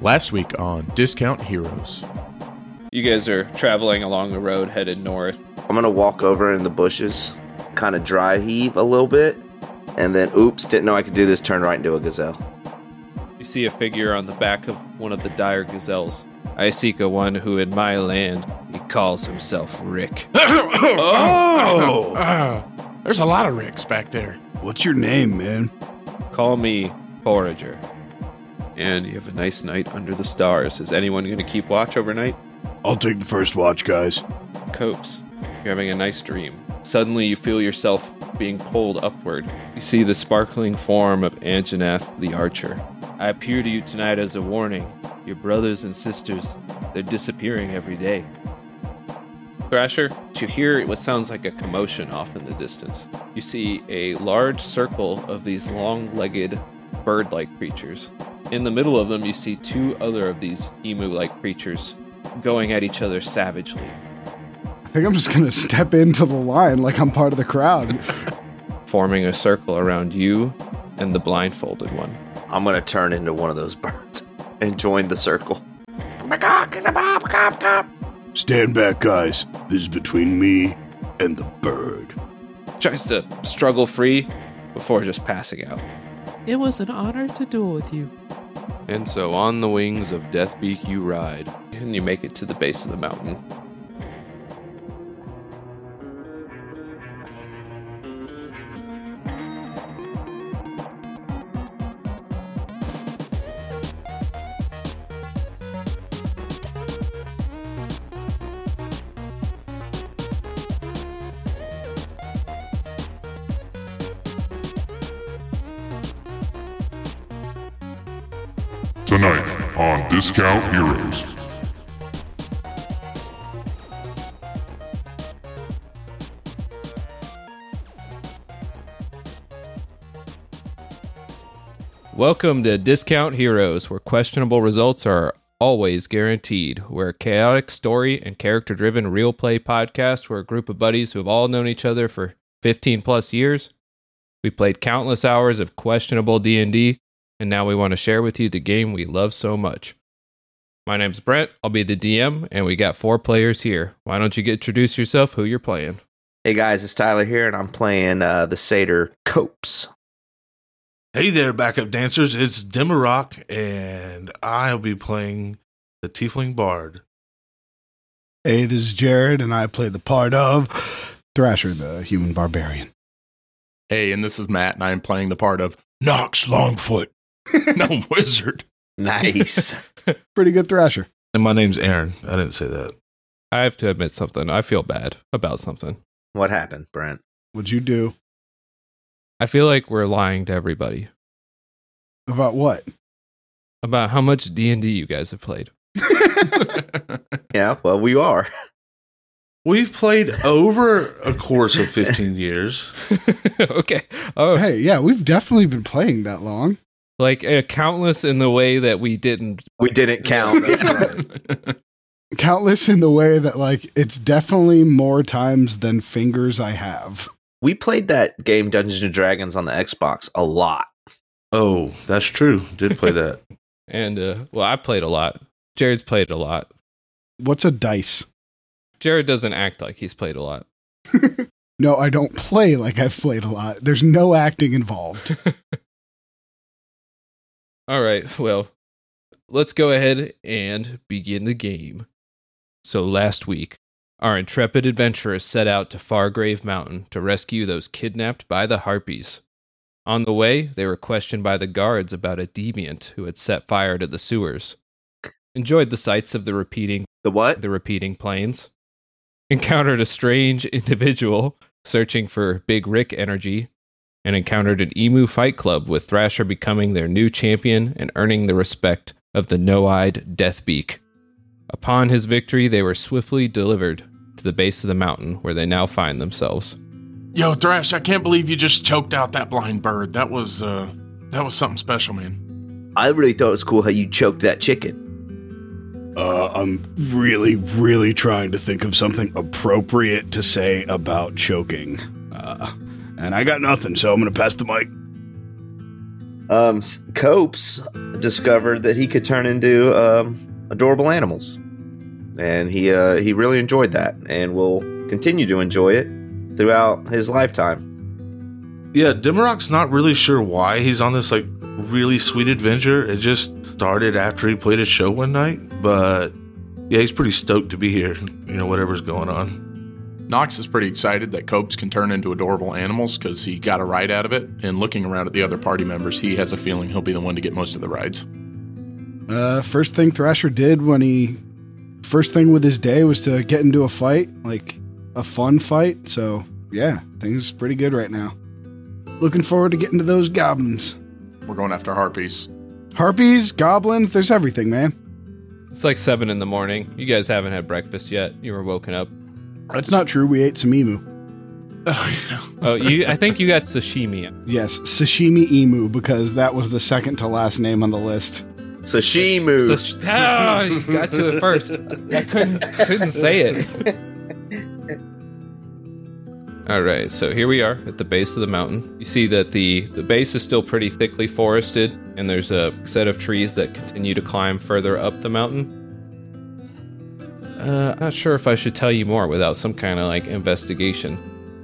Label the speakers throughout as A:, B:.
A: Last week on Discount Heroes.
B: You guys are traveling along the road headed north.
C: I'm gonna walk over in the bushes, kind of dry heave a little bit, and then oops, didn't know I could do this. Turn right into a gazelle.
B: You see a figure on the back of one of the dire gazelles. I seek a one who in my land he calls himself Rick.
D: Oh!
A: Ah,
D: there's a lot of Ricks back there.
E: What's your name, man?
B: Call me Forager. And you have a nice night under the stars. Is anyone going to keep watch overnight?
E: I'll take the first watch, guys.
B: Copes. You're having a nice dream. Suddenly, you feel yourself being pulled upward. You see the sparkling form of Anjanath the Archer. I appear to you tonight as a warning. Your brothers and sisters, they're disappearing every day. Thrasher, you hear what sounds like a commotion off in the distance. You see a large circle of these long legged bird like creatures. In the middle of them, you see two other of these emu like creatures going at each other savagely.
F: I think I'm just gonna step into the line like I'm part of the crowd.
B: forming a circle around you and the blindfolded one.
C: I'm gonna turn into one of those birds and join the circle.
E: Stand back, guys. This is between me and the bird.
B: Tries to struggle free before just passing out.
G: It was an honor to duel with you.
B: And so on the wings of Deathbeak you ride, and you make it to the base of the mountain.
H: Tonight on Discount Heroes.
B: Welcome to Discount Heroes, where questionable results are always guaranteed. We're a chaotic story and character driven real play podcast. We're a group of buddies who have all known each other for 15 plus years. We played countless hours of questionable D&D, and now we want to share with you the game we love so much. My name's Brent. I'll be the DM, and we got four players here. Why don't you get, introduce yourself, who you're playing?
C: Hey guys, it's Tyler here, and I'm playing uh, the satyr Copes.
D: Hey there, backup dancers. It's Demarok, and I'll be playing the Tiefling Bard.
F: hey, this is Jared, and I play the part of Thrasher, the human barbarian.
A: Hey, and this is Matt, and I'm playing the part of
D: Knox Longfoot,
A: No Wizard.
C: Nice.
F: Pretty good Thrasher.
D: and my name's Aaron. I didn't say that.
B: I have to admit something. I feel bad about something.
C: what happened, Brent?
F: What'd you do
B: I feel like we're lying to everybody
F: about what?
B: about how much D&D you guys have played.
C: Yeah, well, we are.
D: We've played over a course of 15 years.
B: okay. Oh,
F: Hey, yeah, we've definitely been playing that long.
B: like uh, countless in the way that we didn't.
C: We didn't count.
F: Countless in the way that, like, it's definitely more times than fingers I have.
C: we played that game Dungeons and Dragons on the Xbox a lot.
D: Oh, that's true. Did play that.
B: And uh, well, I played a lot. Jared's played a lot.
F: What's a dice?
B: Jared doesn't act like he's played a lot.
F: No, I don't play like I've played a lot. There's no acting involved.
B: All right. Well, let's go ahead and begin the game. So last week, our intrepid adventurers set out to Fargrave Mountain to rescue those kidnapped by the Harpies. On the way, they were questioned by the guards about a deviant who had set fire to the sewers. Enjoyed the sights of the repeating
C: The what?
B: the repeating planes, encountered a strange individual searching for Big Rick energy, and encountered an emu fight club with Thrasher becoming their new champion and earning the respect of the no eyed Deathbeak. Upon his victory, they were swiftly delivered to the base of the mountain where they now find themselves.
D: Yo, Thrash, I can't believe you just choked out that blind bird. That was uh that was something special, man.
C: I really thought it was cool how you choked that chicken.
E: Uh, I'm really, really trying to think of something appropriate to say about choking. Uh, and I got nothing, so I'm going to pass the mic.
C: Um, s- Copes, discovered that he could turn into um, adorable animals, and he uh, he really enjoyed that, and will continue to enjoy it throughout his lifetime.
D: Yeah, Dimarok's not really sure why he's on this like really sweet adventure. It just started after he played a show one night, but yeah, he's pretty stoked to be here. You know, whatever's going on.
A: Knox is pretty excited that Copes can turn into adorable animals because he got a ride out of it. And looking around at the other party members, he has a feeling he'll be the one to get most of the rides.
F: Uh, first thing Thrasher did when he first thing with his day was to get into a fight, like a fun fight. So yeah, things pretty good right now. Looking forward to getting to those goblins,
A: We're going after Harpies.
F: harpies, goblins. There's everything, man.
B: It's like seven in the morning. You guys haven't had breakfast yet. You were woken up.
F: That's not true. We ate some emu.
B: Oh, you. I think you got sashimi.
F: Yes, sashimi emu because that was the second to last name on the list.
C: Sashimu.
B: Sash- oh, you got to it first. I couldn't couldn't say it. All right, so here we are at the base of the mountain. You see that the the base is still pretty thickly forested, and there's a set of trees that continue to climb further up the mountain. Uh, I'm not sure if I should tell you more without some kind of like investigation.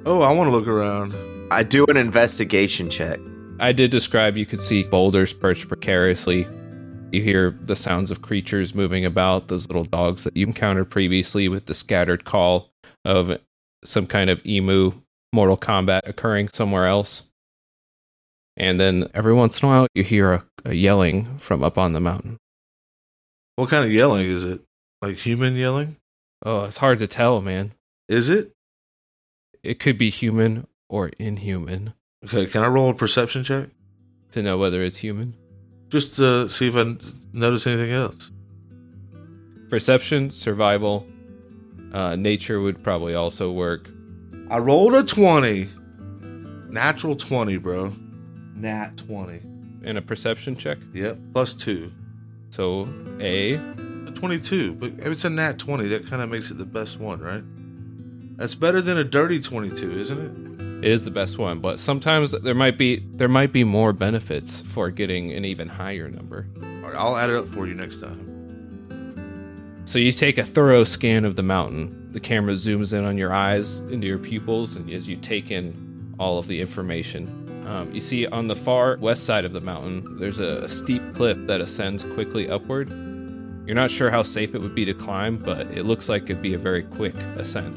D: Oh, I want to look around.
C: I do an investigation check.
B: I did describe you could see boulders perched precariously. You hear the sounds of creatures moving about, those little dogs that you encountered previously with the scattered call of some kind of emu mortal combat occurring somewhere else. And then every once in a while you hear a, a yelling from up on the mountain.
D: What kind of yelling is it? Like human yelling?
B: Oh, it's hard to tell, man.
D: Is it?
B: It could be human or inhuman
D: Okay, can I roll a perception check
B: to know whether it's human.
D: just to see if I n- notice anything else?
B: Perception, survival, uh, nature would probably also work.
D: I rolled a twenty, natural twenty, bro. Nat twenty.
B: And a perception check.
D: Yep, plus two.
B: So A,
D: A 22, but if it's a nat 20. That kind of makes it the best one, right? That's better than a dirty 22, isn't it?
B: it is the best one, but sometimes there might be there might be more benefits for getting an even higher number.
D: All right, I'll add it up for you next time.
B: So you take a thorough scan of the mountain. The camera zooms in on your eyes, into your pupils, and as you take in all of the information, um, you see on the far west side of the mountain, there's a, a steep cliff that ascends quickly upward. You're not sure how safe it would be to climb, but it looks like it'd be a very quick ascent.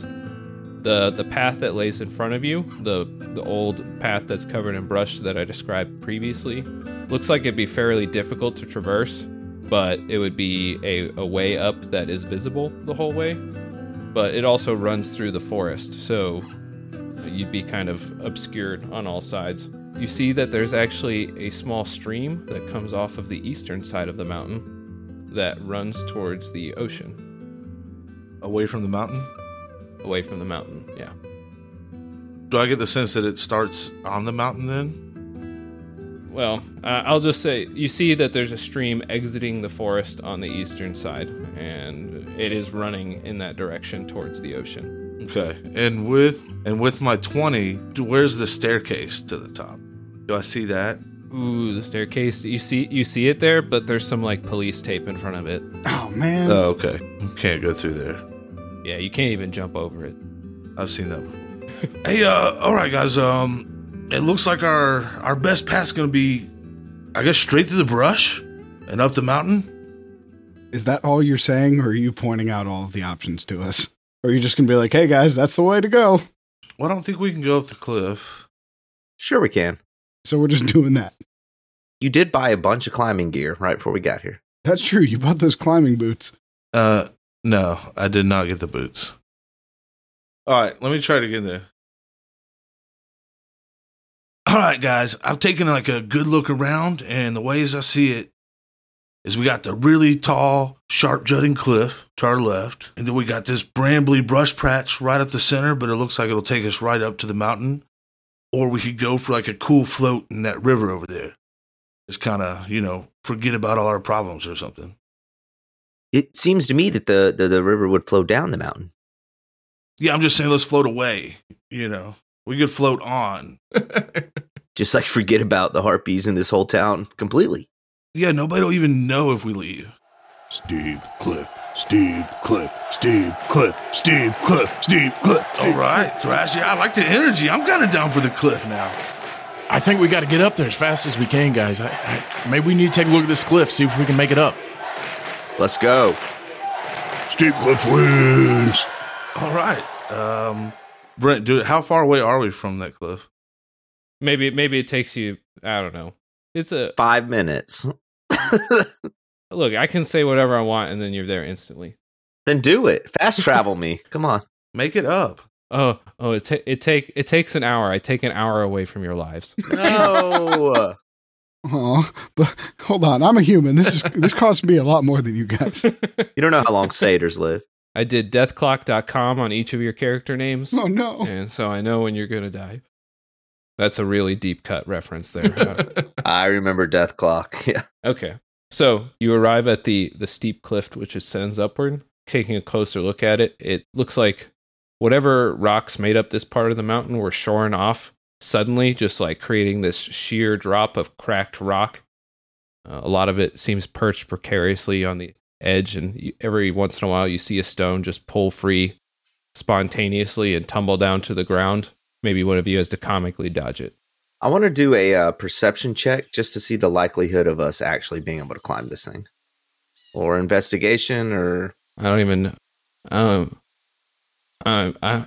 B: the The path that lays in front of you, the the old path that's covered in brush that I described previously, looks like it'd be fairly difficult to traverse but it would be a, a way up that is visible the whole way. But it also runs through the forest, so you'd be kind of obscured on all sides. You see that there's actually a small stream that comes off of the eastern side of the mountain that runs towards the ocean,
D: Away from the mountain?
B: away from the mountain. Yeah.
D: Do I get the sense that it starts on the mountain then?
B: Well, uh, I'll just say you see that there's a stream exiting the forest on the eastern side, and it is running in that direction towards the ocean.
D: Okay. And with and with my 20, do- where's the staircase to the top? Do I see that?
B: Ooh, the staircase. You see you see it there, but there's some like police tape in front of it.
F: Oh man,
D: Oh, okay. Can't go through there.
B: Yeah, you can't even jump over it.
D: I've seen that before. hey, uh, all right, guys. Um, it looks like our our best path's gonna be, I guess, straight through the brush and up the mountain.
F: is that all you're saying, or are you pointing out all of the options to us? Or are you just gonna be like, "Hey guys, that's the way to go"?
D: Well, I don't think we can go up the cliff.
C: Sure, we can.
F: So we're just doing that.
C: You did buy a bunch of climbing gear right before we got here.
F: That's true. You bought those climbing boots.
D: Uh, no, I did not get the boots. All right, let me try to get there. All right, guys. I've taken like a good look around, and the ways I see it is we got the really tall, sharp jutting cliff to our left, and then we got this brambly brush patch right up the center, but it looks like it'll take us right up to the mountain. Or we could go for like a cool float in that river over there. Just kind of, you know, forget about all our problems or something.
C: It seems to me that the, the, the river would flow down the mountain.
D: Yeah, I'm just saying, let's float away. You know, we could float on.
C: Just like forget about the harpies in this whole town completely.
D: Yeah, nobody will even know if we leave.
E: Steve Cliff, Steve Cliff, Steve Cliff, Steve Cliff, Steve Cliff.
D: All right, Thrash. Yeah, I like the energy. I'm kind of down for the cliff now.
A: I think we got to get up there as fast as we can, guys. I, I, maybe we need to take a look at this cliff, see if we can make it up.
C: Let's go.
E: Steve Cliff wins.
D: All right, um, Brent, dude, how far away are we from that cliff?
B: Maybe maybe it takes you. I don't know. It's a
C: Five minutes.
B: look. I can say whatever I want, and then you're there instantly.
C: then do it. Fast travel me. Come on.
D: Make it up.
B: Oh oh, it ta- it take it takes an hour. I take an hour away from your lives.
C: No.
F: Aw, but hold on, I'm a human. This is this cost me a lot more than you guys.
C: you don't know how long satyrs live.
B: I did deathclock.com on each of your character names.
F: Oh no,
B: and so I know when you're gonna die. That's a really deep cut reference there.
C: I remember Death Clock. Yeah.
B: okay, so you arrive at the the steep cliff which ascends upward. Taking a closer look at it, it looks like whatever rocks made up this part of the mountain were shorn off suddenly, just like creating this sheer drop of cracked rock. Uh, a lot of it seems perched precariously on the edge, and you, every once in a while you see a stone just pull free spontaneously and tumble down to the ground. Maybe one of you has to comically dodge it.
C: I want to do a uh, perception check just to see the likelihood of us actually being able to climb this thing, or investigation, or
B: I don't even. Um, um, I,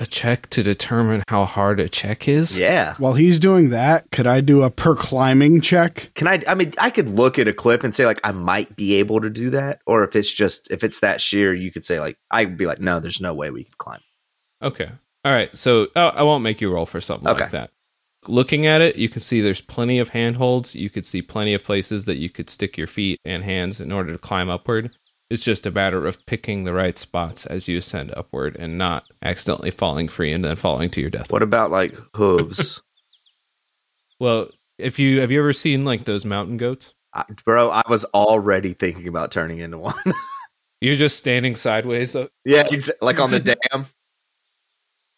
B: a check to determine how hard a check is.
C: yeah.
F: while he's doing that, could I do a per climbing check?
C: Can I? I mean, I could look at a clip and say like I might be able to do that, or if it's just if it's that sheer, you could say like I'd be like, no, there's no way we could climb.
B: Okay. All right. So oh, I won't make you roll for something
C: Okay.
B: like that. Looking at it, you can see there's plenty of handholds. You could see plenty of places that you could stick your feet and hands in order to climb upward. It's just a matter of picking the right spots as you ascend upward and not accidentally falling free and then falling to your death.
C: What about like hooves,
B: Well, if you have you ever seen like those mountain goats?
C: I, bro? I was already thinking about turning into one.
B: You're just standing sideways. uh,
C: yeah, exa- like on the dam.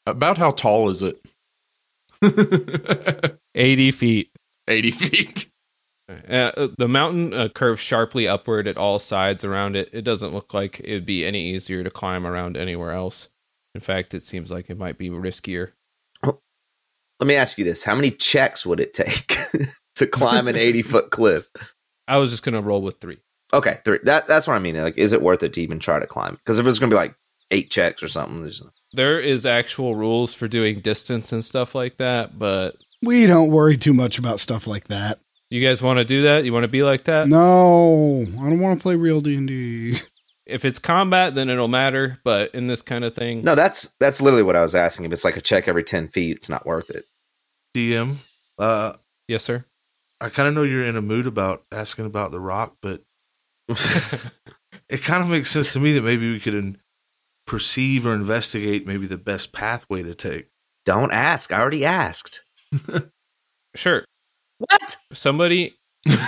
A: About how tall is it?
B: 80 feet
A: 80 feet.
B: Uh, the mountain uh, curves sharply upward at all sides around it. It doesn't look like it would be any easier to climb around anywhere else. In fact, it seems like it might be riskier.
C: Let me ask you this: How many checks would it take to climb an eighty foot cliff?
B: I was just going to roll with three.
C: Okay, three. That that's what I mean. Like, is it worth it to even try to climb? Because if it's gonna be like eight checks or something, there's
B: There is actual rules for doing distance and stuff like that, but
F: We don't worry too much about stuff like that.
B: you guys want to do that? You want to be like that?
F: No, I don't want to play real D and D.
B: If it's combat, then it'll matter. But in this kind of thing,
C: no. That's that's literally what I was asking. If it's like a check every ten feet, it's not worth it.
D: DM, uh,
B: yes, sir.
D: I kind of know you're in a mood about asking about the rock, but it kind of makes sense to me that maybe we could in- perceive or investigate maybe the best pathway to take.
C: Don't ask. I already asked.
B: Sure.
C: What?
B: somebody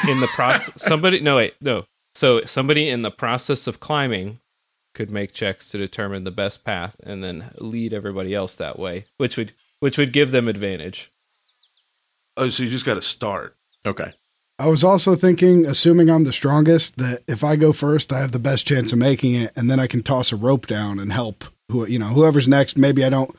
B: in the process somebody no wait no so somebody in the process of climbing could make checks to determine the best path and then lead everybody else that way which would which would give them advantage
D: Oh, so you just got to start.
A: Okay.
F: I was also thinking, assuming I'm the strongest, that if I go first, I have the best chance of making it, and then I can toss a rope down and help. Who you know, whoever's next. Maybe I don't.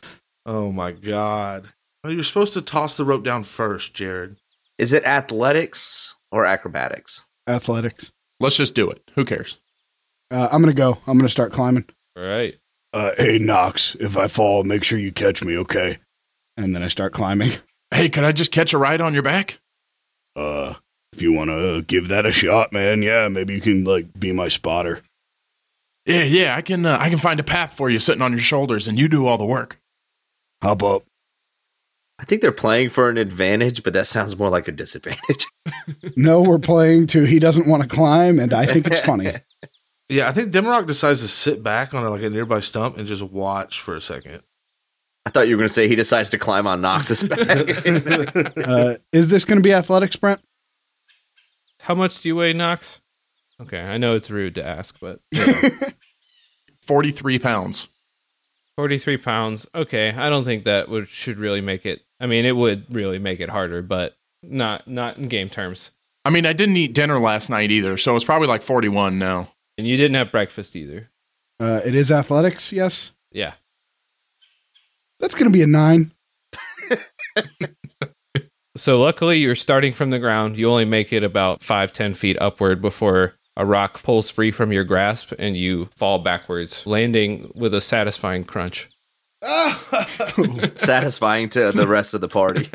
D: Oh my god! Oh, you're supposed to toss the rope down first, Jared.
C: Is it athletics or acrobatics?
F: Athletics.
A: Let's just do it. Who cares?
F: Uh, I'm gonna go. I'm gonna start climbing.
B: all right
E: Uh, hey, Knox, if I fall, make sure you catch me, okay?
F: and then I start climbing.
A: Hey, could I just catch a ride on your back?
E: Uh, if you want to give that a shot, man, yeah, maybe you can, like, be my spotter.
A: Yeah, yeah, I can. Uh, I can find a path for you sitting on your shoulders, and you do all the work.
E: Hop up.
C: I think they're playing for an advantage, but that sounds more like a disadvantage.
F: No, we're playing to he doesn't want to climb, and I think it's funny.
D: Yeah, I think Demarok decides to sit back on like a nearby stump and just watch for a second.
C: I thought you were gonna say he decides to climb on Nox's back.
F: Uh, is this going to be athletics, Brent?
B: how much do you weigh knox okay i know it's rude to ask but
A: Forty-three pounds.
B: 43 pounds okay i don't think that would should really make it i mean it would really make it harder but not not in game terms
A: I mean, I didn't eat dinner last night either, so it's probably like 41 now.
B: And you didn't have breakfast either.
F: Uh, it is athletics, yes.
B: Yeah.
F: That's going to be a nine.
B: So luckily, you're starting from the ground. You only make it about five, ten feet upward before a rock pulls free from your grasp and you fall backwards, landing with a satisfying crunch.
C: Satisfying to the rest of the party.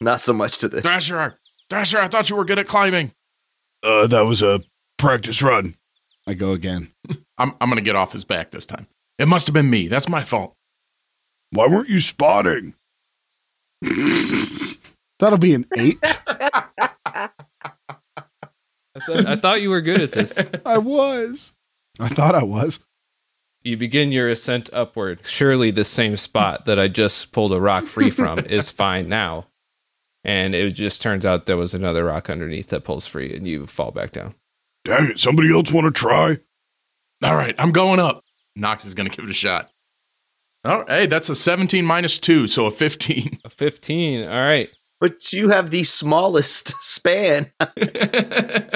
C: Not so much to the.
A: Thrasher, Thrasher, I thought you were good at climbing.
E: Uh, that was a practice run.
F: I go again.
A: I'm, I'm going to get off his back this time. It must have been me. That's my fault.
E: Why weren't you spotting?
F: That'll be an eight.
B: I, th- I thought you were good at this.
F: I was. I thought I was.
B: You begin your ascent upward. Surely, the same spot that I just pulled a rock free from is fine now. And it just turns out there was another rock underneath that pulls free and you fall back down.
E: Dang it, somebody else want to try?
A: All right, I'm going up. Knox is going to give it a shot. Oh, hey, that's a 17 minus 2, so a 15.
B: A 15. All right.
C: But you have the smallest span.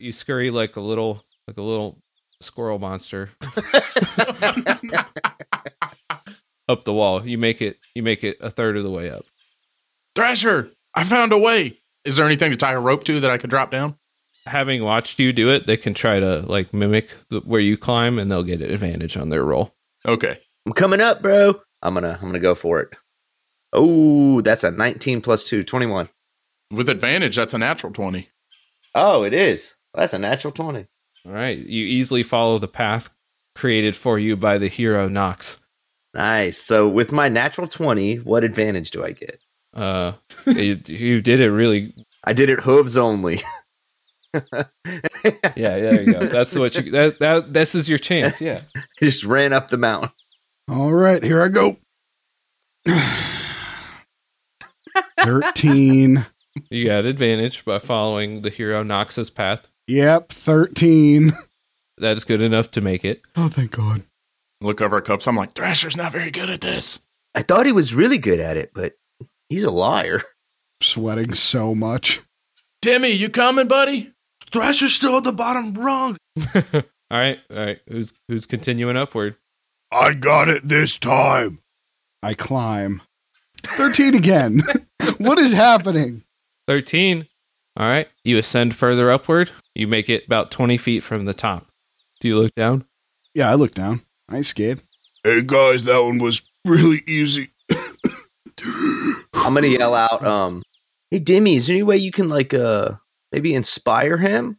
B: You scurry like a little, like a little squirrel monster up the wall. You make it, you make it a third of the way up.
A: Thrasher, I found a way. Is there anything to tie a rope to that I could drop down?
B: having watched you do it, they can try to like mimic the, where you climb, and they'll get an advantage on their roll.
A: Okay.
C: I'm coming up, bro. I'm gonna I'm gonna go for it. Oh, that's a 19 plus 2, 21.
A: With advantage, that's a natural 20.
C: Oh, it is. That's a natural 20.
B: All right, you easily follow the path created for you by the hero Knox.
C: Nice. So with my natural 20, what advantage do I get?
B: Uh, you, you did it really.
C: I did it hooves only.
B: Yeah, there you go. That's what you. That, that this is your chance. Yeah.
C: Just ran up the mountain.
F: All right, here I go. 13.
B: You got advantage by following the hero Knox's path.
F: Yep, 13.
B: That is good enough to make it.
F: Oh, thank God.
A: Look over at cups. I'm like, Thrasher's not very good at this.
C: I thought he was really good at it, but he's a liar.
F: Sweating so much.
A: Timmy, you coming, buddy?
D: Thrasher's still at the bottom rung.
B: All right, all right. Who's who's continuing upward?
E: I got it this time.
F: I climb. 13 again. what is happening?
B: 13. All right. You ascend further upward. You make it about 20 feet from the top. Do you look down?
F: Yeah, I look down. I ain't scared.
E: Hey guys, that one was really easy.
C: I'm gonna yell out, um, "Hey, Demi, is there any way you can like uh maybe inspire him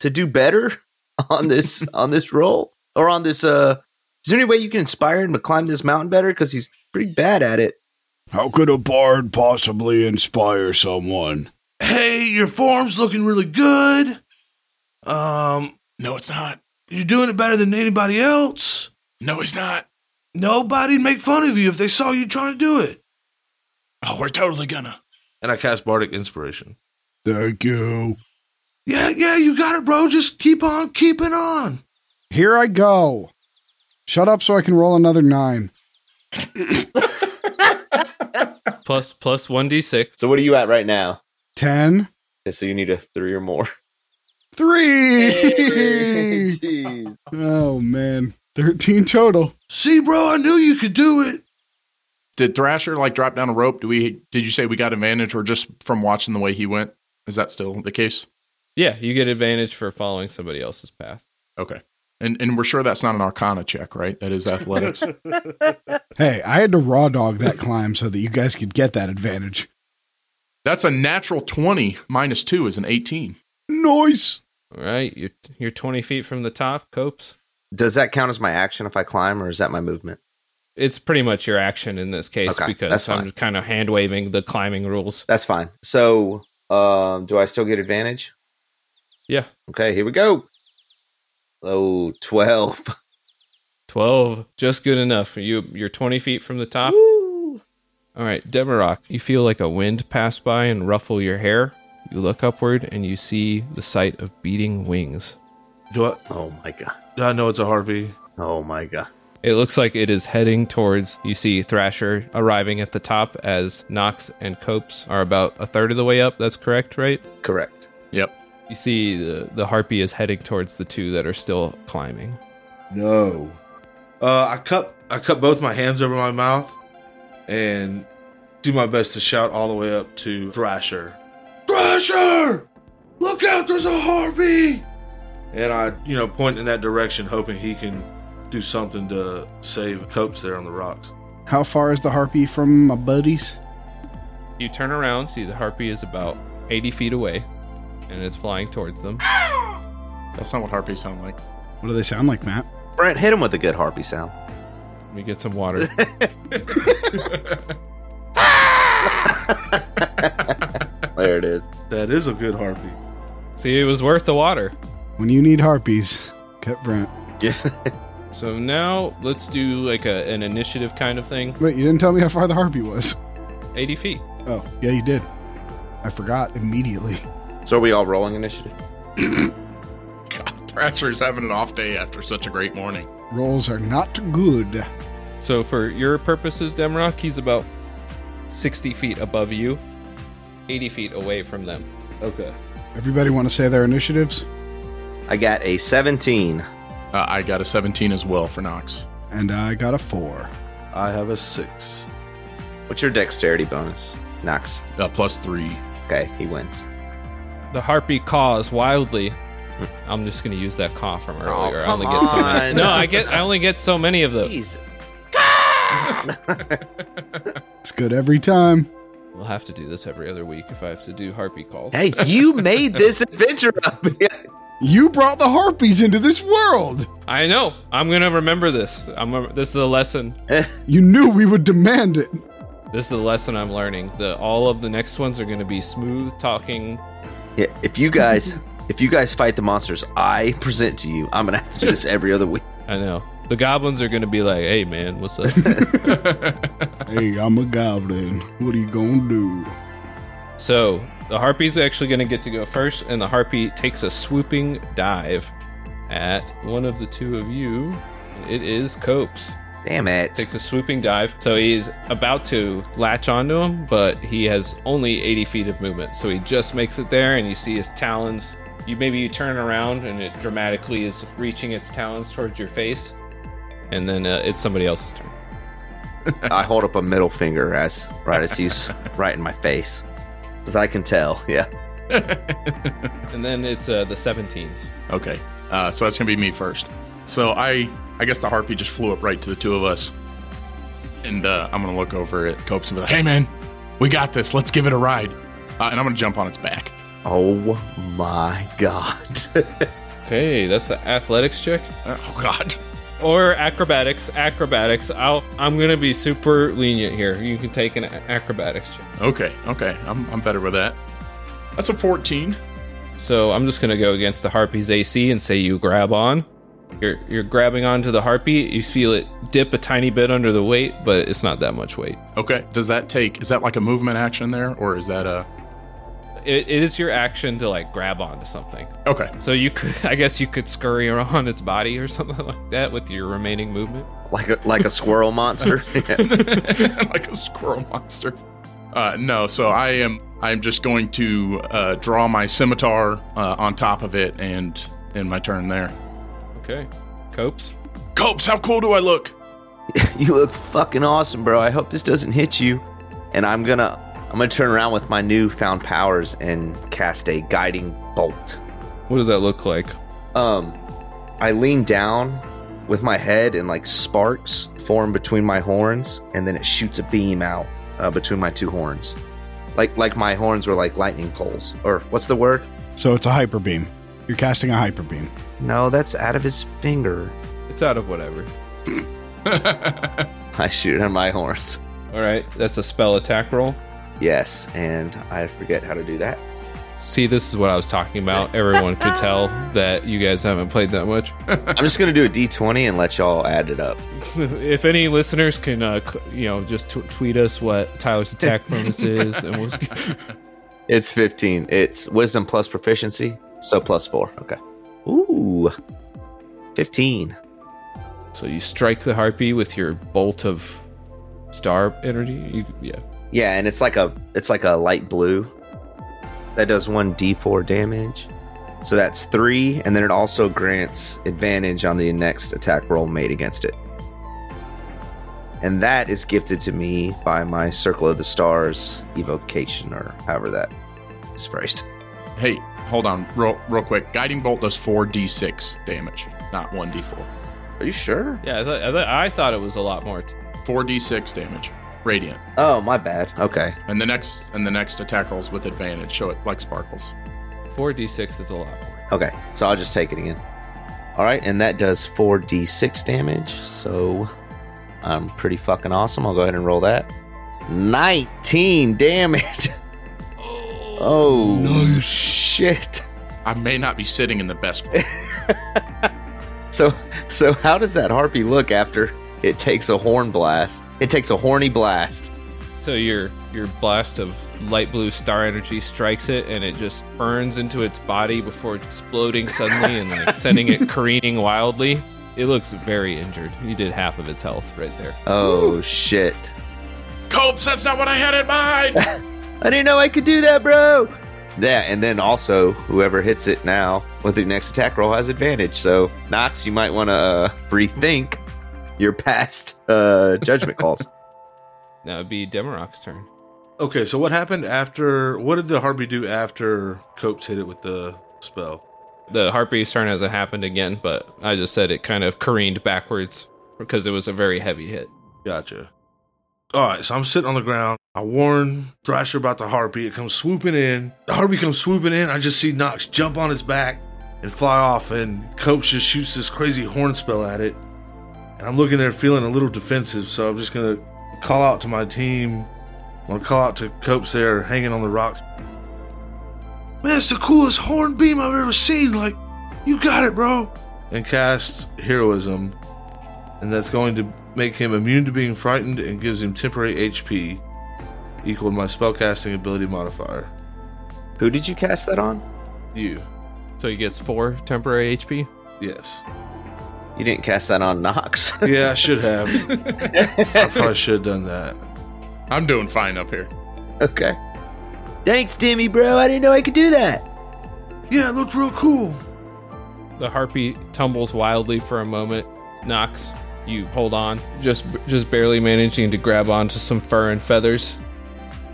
C: to do better on this on this role or on this uh? Is there any way you can inspire him to climb this mountain better because he's pretty bad at it?"
E: How could a bard possibly inspire someone?
D: Hey, your form's looking really good. Um,
A: No, it's not.
D: you're doing it better than anybody else.
A: No, he's not.
D: Nobody'd make fun of you if they saw you trying to do it.
A: Oh, we're totally gonna.
D: And I cast Bardic Inspiration.
E: Thank you.
D: Yeah, yeah, you got it, bro. Just keep on keeping on.
F: Here I go. Shut up so I can roll another nine.
B: Plus plus 1d6.
C: So what are you at right now?
F: 10.
C: Okay, So you need a three or more.
F: Three.
C: Jeez.
F: oh, man. 13 total.
D: See, bro, I knew you could do it.
A: Did Thrasher like drop down a rope? Do we? Did you say we got advantage, or just from watching the way he went? Is that still the case?
B: Yeah, you get advantage for following somebody else's path.
A: Okay. And and we're sure that's not an Arcana check, right? That is athletics.
F: Hey, I had to raw dog that climb so that you guys could get that advantage.
A: that's a natural twenty minus two is an eighteen.
F: Nice.
B: All right, you're you're 20 feet from the top, Copes.
C: Does that count as my action if I climb, or is that my movement?
B: It's pretty much your action in this case
C: Okay,
B: because
C: that's
B: I'm
C: fine.
B: kind of hand waving the climbing rules.
C: That's fine. So, um, do I still get advantage?
B: Yeah,
C: Okay, here we go. Oh, 12.
B: 12, just good enough. You you're 20 feet from the top. All right, Demarok, you feel like a wind pass by and ruffle your hair. You look upward and you see the sight of beating wings.
D: Do I?
C: Oh my god.
D: do I know it's a harpy.
C: Oh my god.
B: It looks like it is heading towards. You see Thrasher arriving at the top as Knox and Copes are about a third of the way up. That's correct, right?
C: Correct.
A: Yep.
B: You see the, the harpy is heading towards the two that are still climbing.
D: No. Uh, I cup I cup both my hands over my mouth and do my best to shout all the way up to Thrasher. Thrasher! Look out, there's a harpy! And I, you know, point in that direction, hoping he can do something to save Copes there on the rocks.
F: How far is the harpy from my buddies?
B: You turn around, see the harpy is about 80 feet away, and it's flying towards them.
A: That's not what harpies sound like.
F: What do they sound like, Matt?
C: Brent, hit him with a good harpy sound.
B: Let me get some water.
C: There it is.
D: That is a good harpy.
B: see, it was worth the water.
F: When you need harpies, get Brent.
B: So now let's do like a, an initiative kind of thing.
F: Wait, you didn't tell me how far the harpy was.
B: 80 feet.
F: Oh, yeah, you did. I forgot immediately.
C: so are we all rolling initiative?
A: God, Thrasher's having an off day after such a great morning.
F: Rolls are not good.
B: So for your purposes, Demrock, he's about 60 feet above you, 80 feet away from them.
D: Okay.
F: Everybody want to say their initiatives?
C: I got a 17.
A: Uh, I got a 17 as well for Knox.
F: And I got a four.
D: I have a six.
C: What's your dexterity bonus? Knox.
A: Uh, plus three.
C: Okay, he wins.
B: The harpy caws wildly. I'm just gonna use that caw from earlier. I
C: Oh, come
B: only get so many.
C: on.
B: No, I get I only get so many of those.
C: Jeez.
F: It's good every time.
B: We'll have to do this every other week if I have to do harpy calls.
C: Hey, you made this adventure up.
F: You brought the harpies into this world.
B: I know. I'm gonna remember this. I'm gonna- this is a lesson.
F: You knew we would demand it.
B: This is a lesson I'm learning. The all of the next ones are gonna be smooth talking.
C: yeah, if you guys if you guys fight the monsters I present to you, I'm gonna have to do this every other week.
B: I know. The goblins are gonna be like, "Hey man, what's up?"
F: Hey, I'm a goblin. What are you gonna do?
B: So the harpy's actually going to get to go first, and the harpy takes a swooping dive at one of the two of you. It is Copes.
C: Damn it.
B: Takes a swooping dive, so he's about to latch onto him, but he has only 80 feet of movement, so he just makes it there, and you see his talons. You maybe you turn around, and it dramatically is reaching its talons towards your face, and then uh, it's somebody else's turn.
C: I hold up a middle finger as right as he's right in my face. As I can tell, yeah.
B: And then it's uh, the 17s.
A: Okay. Uh, so that's gonna be me first. So I, I guess the harpy just flew up right to the two of us, and uh, I'm gonna look over at Copes and be like, "Hey, man, we got this. Let's give it a ride." Uh, and I'm gonna jump on its back.
C: Oh my god.
B: Okay, that's the athletics check.
A: Uh, oh God.
B: or acrobatics acrobatics i'll i'm gonna be super lenient here you can take an a- acrobatics check
A: Okay. Okay. I'm I'm better with that. That's a 14.
B: so i'm just gonna go against the harpy's ac and say you grab on you're you're grabbing onto the harpy you feel it dip a tiny bit under the weight but it's not that much weight
A: Okay. Does that take? Is that like a movement action there, or is that a?
B: it, it is your action to like grab onto something
A: Okay.
B: so you could i guess you could scurry around its body or something like that with your remaining movement
C: Like a like a squirrel monster. Yeah.
A: like a squirrel monster. Uh, no, so I am. I'm just going to uh, draw my scimitar uh, on top of it, and in my turn there.
B: okay copes
A: Copes, how cool do I look?
C: you look fucking awesome, bro. I hope this doesn't hit you. And I'm gonna I'm gonna turn around with my newfound powers and cast a guiding bolt.
B: what does that look like
C: Um I lean down with my head and like sparks form between my horns and then it shoots a beam out uh, between my two horns. Like like my horns were like lightning poles. Or what's the word?
F: So it's a hyper beam. You're casting a hyper beam.
C: No, that's out of his finger.
B: it's out of whatever
C: I shoot on my horns.
B: all right that's a spell attack roll
C: Yes, and I forget how to do that.
B: See, this is what I was talking about. Everyone could tell that you guys haven't played that much.
C: I'm just gonna do a D20 and let y'all add it up.
B: if any listeners can, uh, c- you know, just t- tweet us what Tyler's attack bonus is, and we'll
C: It's 15. It's wisdom plus proficiency, so plus four. Okay. Ooh, 15.
B: so you strike the harpy with your bolt of star energy. You, yeah,
C: Yeah, and it's like a it's like a light blue. That does one D4 damage. So that's three, and then it also grants advantage on the next attack roll made against it. And that is gifted to me by my Circle of the Stars evocation, or however that is phrased.
A: Hey, hold on, real, real quick. Guiding bolt does four d6 damage, not one d4.
C: Are you sure?
B: Yeah, I thought, I, thought, I thought it was a lot more. T-
A: Four d6 damage, radiant.
C: Oh, my bad. Okay.
A: And the next and the next attack rolls with advantage. Show it like sparkles.
B: 4d6 is a lot more.
C: Okay. So I'll just take it again. All right. And that does 4d6 damage. So I'm pretty fucking awesome. I'll go ahead and roll that. 19 damage. Oh, shit.
A: I may not be sitting in the best place.
C: So, so how does that harpy look after it takes a horn blast? It takes a horny blast.
B: So your your blast of light blue star energy strikes it, and it just burns into its body before exploding suddenly and like sending it careening wildly. It looks very injured. You did half of its health right there.
C: Oh shit!
A: Copes, that's not what I had in mind.
C: I didn't know I could do that, bro. That and then also whoever hits it now with the next attack roll has advantage. So Knox, you might want to uh, rethink your past uh, judgment calls.
B: Now it'd be Demarok's turn.
D: Okay, so what happened after? What did the harpy do after Copes hit it with the spell?
B: The harpy's turn hasn't happened again, but I just said it kind of careened backwards because it was a very heavy hit.
D: Gotcha. All right, so I'm sitting on the ground. I warn Thrasher about the harpy. It comes swooping in. The harpy comes swooping in. I just see Knox jump on its back and fly off, and Copes just shoots this crazy horn spell at it. And I'm looking there feeling a little defensive, so I'm just going to call out to my team. I'm going to call out to Copes there hanging on the rocks. Man, it's the coolest horn beam I've ever seen. Like, you got it, bro. And cast Heroism and that's going to make him immune to being frightened and gives him temporary HP equal to my spellcasting ability modifier.
C: Who did you cast that on?
D: You.
B: So he gets four temporary HP.
D: Yes.
C: You didn't cast that on Knox.
D: Yeah, I should have. I probably should have done that.
A: I'm doing fine up here.
C: okay. Thanks, Timmy, bro. I didn't know I could do that.
D: Yeah, it looked real cool.
B: The harpy tumbles wildly for a moment. Knox, you hold on, just just barely managing to grab onto some fur and feathers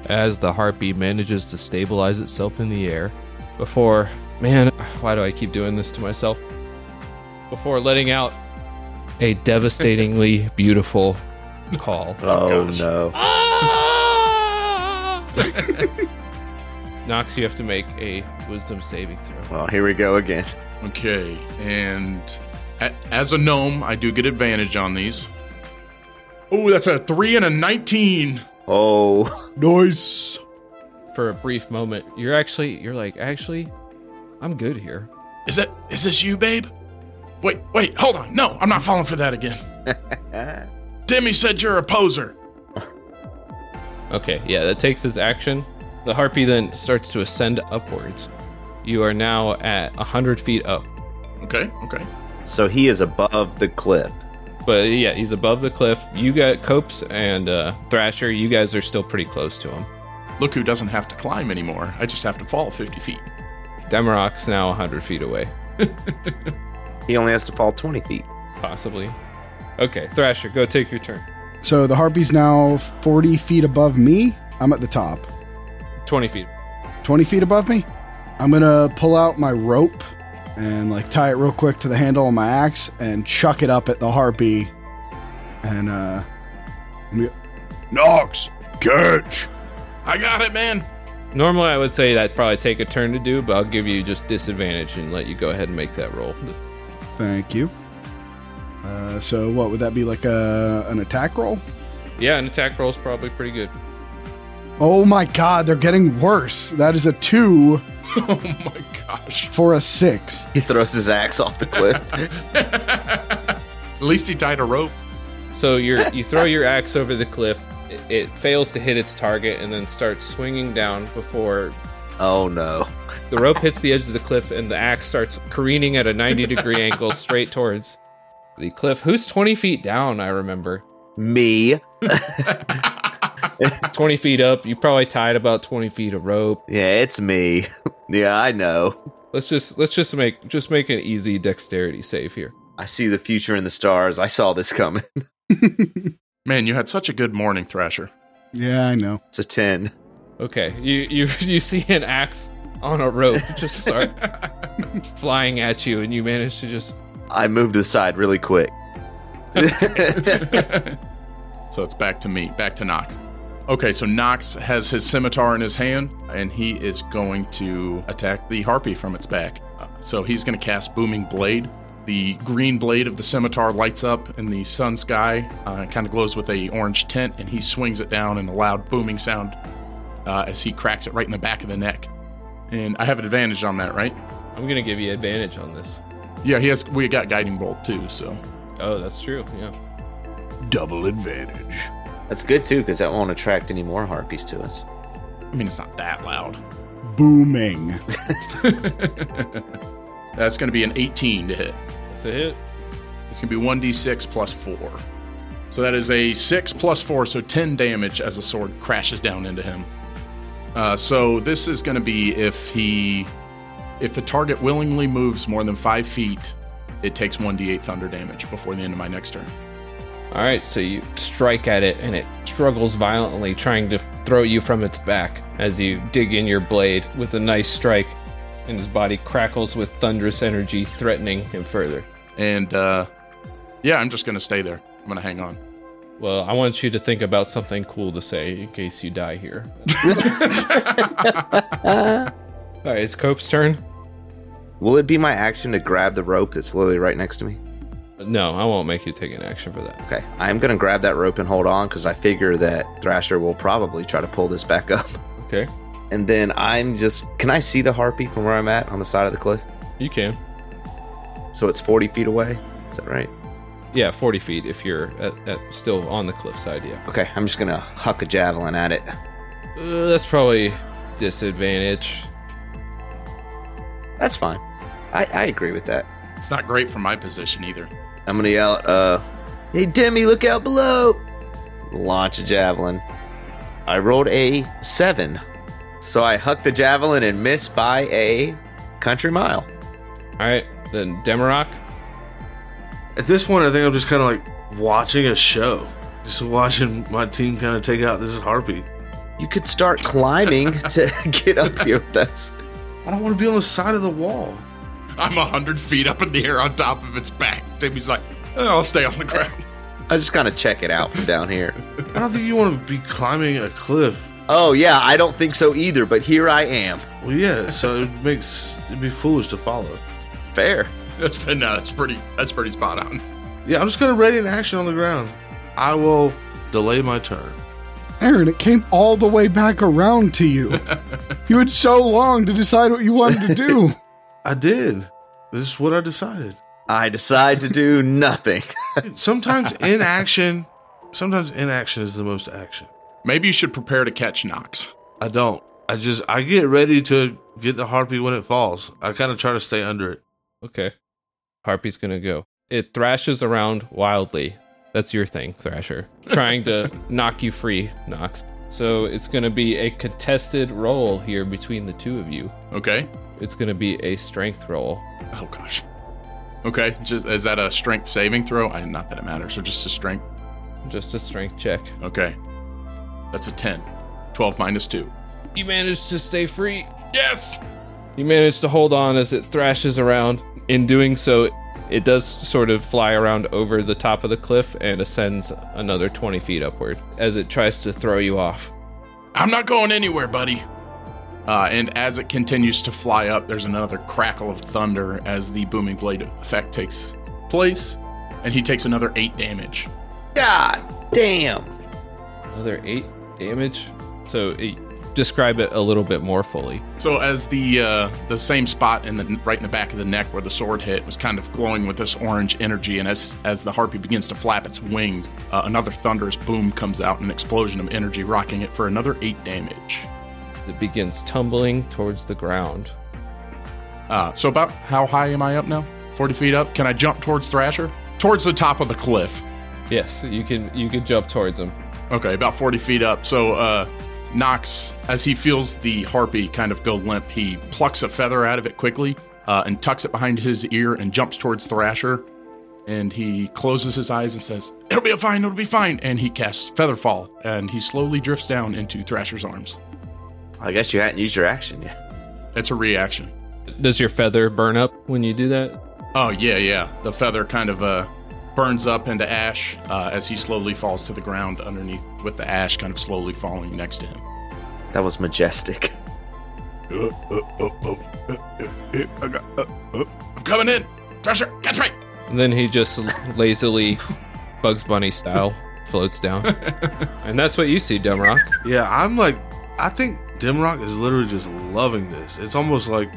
B: as the harpy manages to stabilize itself in the air before man, why do I keep doing this to myself? Before letting out a devastatingly beautiful call.
C: Oh, no.
B: Knox, you have to make a wisdom saving throw.
C: Well, here we go again.
A: Okay, and a- as a gnome, I do get advantage on these. Oh, that's a three and a nineteen.
C: Oh,
E: Nice.
B: For a brief moment, you're actually you're like, actually, I'm good here.
A: Is that is this you, babe? Wait, wait, hold on. No, I'm not falling for that again. Demi said you're a poser.
B: Okay, yeah, that takes his action. The harpy then starts to ascend upwards. You are now at 100 feet up.
A: Okay, okay.
C: so he is above the cliff.
B: But yeah, he's above the cliff. You got Copes and uh, Thrasher, you guys are still pretty close to him.
A: Look who doesn't have to climb anymore. I just have to fall 50 feet.
B: Demarok's now 100 feet away,
C: He only has to fall 20 feet.
B: possibly. Okay, Thrasher, go take your turn.
F: So the harpy's now 40 feet above me. I'm at the top.
B: 20 feet.
F: 20 feet above me. I'm going to pull out my rope and like tie it real quick to the handle of my axe and chuck it up at the harpy. And, uh,
E: Knox, catch.
A: I got it, man.
B: Normally, I would say that'd probably take a turn to do, but I'll give you just disadvantage and let you go ahead and make that roll.
F: thank you. Uh, so what would that be like a, an attack roll?
B: Yeah, an attack roll's probably pretty good.
F: Oh my god, they're getting worse. That is a two
A: Oh my gosh.
F: for a six.
C: He throws his axe off the cliff.
A: At least he tied a rope.
B: So you you throw your axe over the cliff. It, it fails to hit its target and then starts swinging down before
C: oh, no.
B: the rope hits the edge of the cliff and the axe starts careening at a 90 degree angle straight towards the cliff. Who's 20 feet down? I remember.
C: Me.
B: It's 20 feet up. You probably tied about 20 feet of rope.
C: Yeah, it's me. yeah, I know.
B: Let's just let's just make just make an easy dexterity save here.
C: I see the future in the stars. I saw this coming.
A: Man, you had such a good morning, Thrasher.
F: Yeah, I know.
C: It's a 10.
B: Okay, you you you see an axe on a rope just start flying at you, and you manage to just
C: I moved to the side really quick.
A: So it's back to me, back to Knox. Okay, so Knox has his scimitar in his hand, and he is going to attack the harpy from its back. Uh, So he's going to cast Booming Blade. The green blade of the scimitar lights up in the sun sky. Uh, it kind of glows with a orange tint, and he swings it down in a loud booming sound uh, as he cracks it right in the back of the neck. And I have an advantage on that, right?
B: I'm gonna give you advantage on this.
A: Yeah, he has. We got guiding bolt too, so
B: Oh, that's true. Yeah.
E: Double advantage.
C: That's good too, because that won't attract any more harpies to us.
A: I mean it's not that loud.
F: Booming.
A: That's going to be an 18 to hit.
B: That's a hit.
A: It's going to be 1d6 plus 4. So that is a 6 plus 4, so 10 damage as the sword crashes down into him. Uh, so this is going to be if he. If the target willingly moves more than 5 feet, it takes 1d8 thunder damage before the end of my next turn.
B: All right, so you strike at it, and it struggles violently, trying to throw you from its back as you dig in your blade with a nice strike, and his body crackles with thunderous energy, threatening him further.
A: And uh, yeah, I'm just going to stay there. I'm going to hang on.
B: Well, I want you to think about something cool to say in case you die here. All right, it's Cope's turn.
C: Will it be my action to grab the rope that's literally right next to me?
B: No, I won't make you take an action for that.
C: Okay. I'm going to grab that rope and hold on because I figure that Thrasher will probably try to pull this back up.
B: Okay,
C: And then I'm just. Can I see the harpy from where I'm at on the side of the cliff?
B: you can.
C: So it's 40 feet away. Is that right?
B: Yeah, 40 feet if you're at, at, still on the cliffside, yeah.
C: Okay. I'm just going to huck a javelin at it.
B: Uh, that's probably disadvantage.
C: That's fine. I, I agree with that.
A: It's not great for my position either.
C: I'm going to yell, uh, hey, Demi, look out below. Launch a javelin. I rolled a seven. So I huck the javelin and miss by a country mile.
B: All right, then Demarok.
D: At this point, I think I'm just kind of like watching a show, just watching my team kind of take out this harpy.
C: You could start climbing to get up here with us.
D: I don't want to be on the side of the wall.
A: I'm 100 feet up in the air on top of its back. Timmy's like, "Eh, I'll stay on the ground.
C: I just kind of check it out from down here.
D: I don't think you want to be climbing a cliff.
C: Oh, yeah, I don't think so either, but here I am.
D: Well, yeah, so it makes it'd be foolish to follow.
C: Fair.
A: That's, no, that's, pretty, that's pretty spot on.
D: Yeah, I'm just gonna ready an action on the ground. I will delay my turn.
F: Aaron, it came all the way back around to you. you had so long to decide what you wanted to do.
D: I did. This is what I decided.
C: I decide to do nothing.
D: Sometimes inaction, sometimes inaction is the most action.
A: Maybe you should prepare to catch Knox.
D: I don't. I just I get ready to get the harpy when it falls. I kind of try to stay under it.
B: Okay. Harpy's gonna go. It thrashes around wildly. That's your thing, Thrasher. Trying to knock you free, Nox. So it's gonna be a contested roll here between the two of you.
A: Okay.
B: It's gonna be a strength roll.
A: Oh gosh. Okay, just is that a strength saving throw? I not that it matters. So just a strength.
B: Just a strength check.
A: Okay. That's a 10. 12 minus 2.
B: You manage to stay free.
A: Yes.
B: You manage to hold on as it thrashes around. In doing so, it does sort of fly around over the top of the cliff and ascends another 20 feet upward as it tries to throw you off.
A: I'm not going anywhere, buddy. Uh, and as it continues to fly up, there's another crackle of thunder as the booming blade effect takes place, and he takes another eight damage.
C: God damn.
B: Another eight damage. So it, describe it a little bit more fully.
A: So as the uh, the same spot in the right in the back of the neck where the sword hit was kind of glowing with this orange energy, and as as the harpy begins to flap its wings, uh, another thunderous boom comes out, an explosion of energy rocking it for another eight damage.
B: It begins tumbling towards the ground.
A: Uh, so about how high am I up now? Forty feet up. Can I jump towards Thrasher? Towards the top of the cliff.
B: Yes, you can you can jump towards him.
A: Okay, about forty feet up. So uh, Knox, as he feels the harpy kind of go limp, he plucks a feather out of it quickly uh, and tucks it behind his ear and jumps towards Thrasher. And he closes his eyes and says, It'll be fine, it'll be fine. And he casts Featherfall and he slowly drifts down into Thrasher's arms.
C: I guess you hadn't used your action yet.
A: That's a reaction.
B: Does your feather burn up when you do that?
A: Oh, yeah, yeah. The feather kind of uh, burns up into ash uh, as he slowly falls to the ground underneath, with the ash kind of slowly falling next to him.
C: That was majestic.
E: Uh, uh, uh, uh, uh, uh, uh, I got- uh, uh.
A: I'm coming in! Thrasher, catch me!
B: And then he just lazily, Bugs Bunny style, floats down. and that's what you see, Dumb Rock.
D: Yeah, I'm like, I think Dimrock is literally just loving this. It's almost like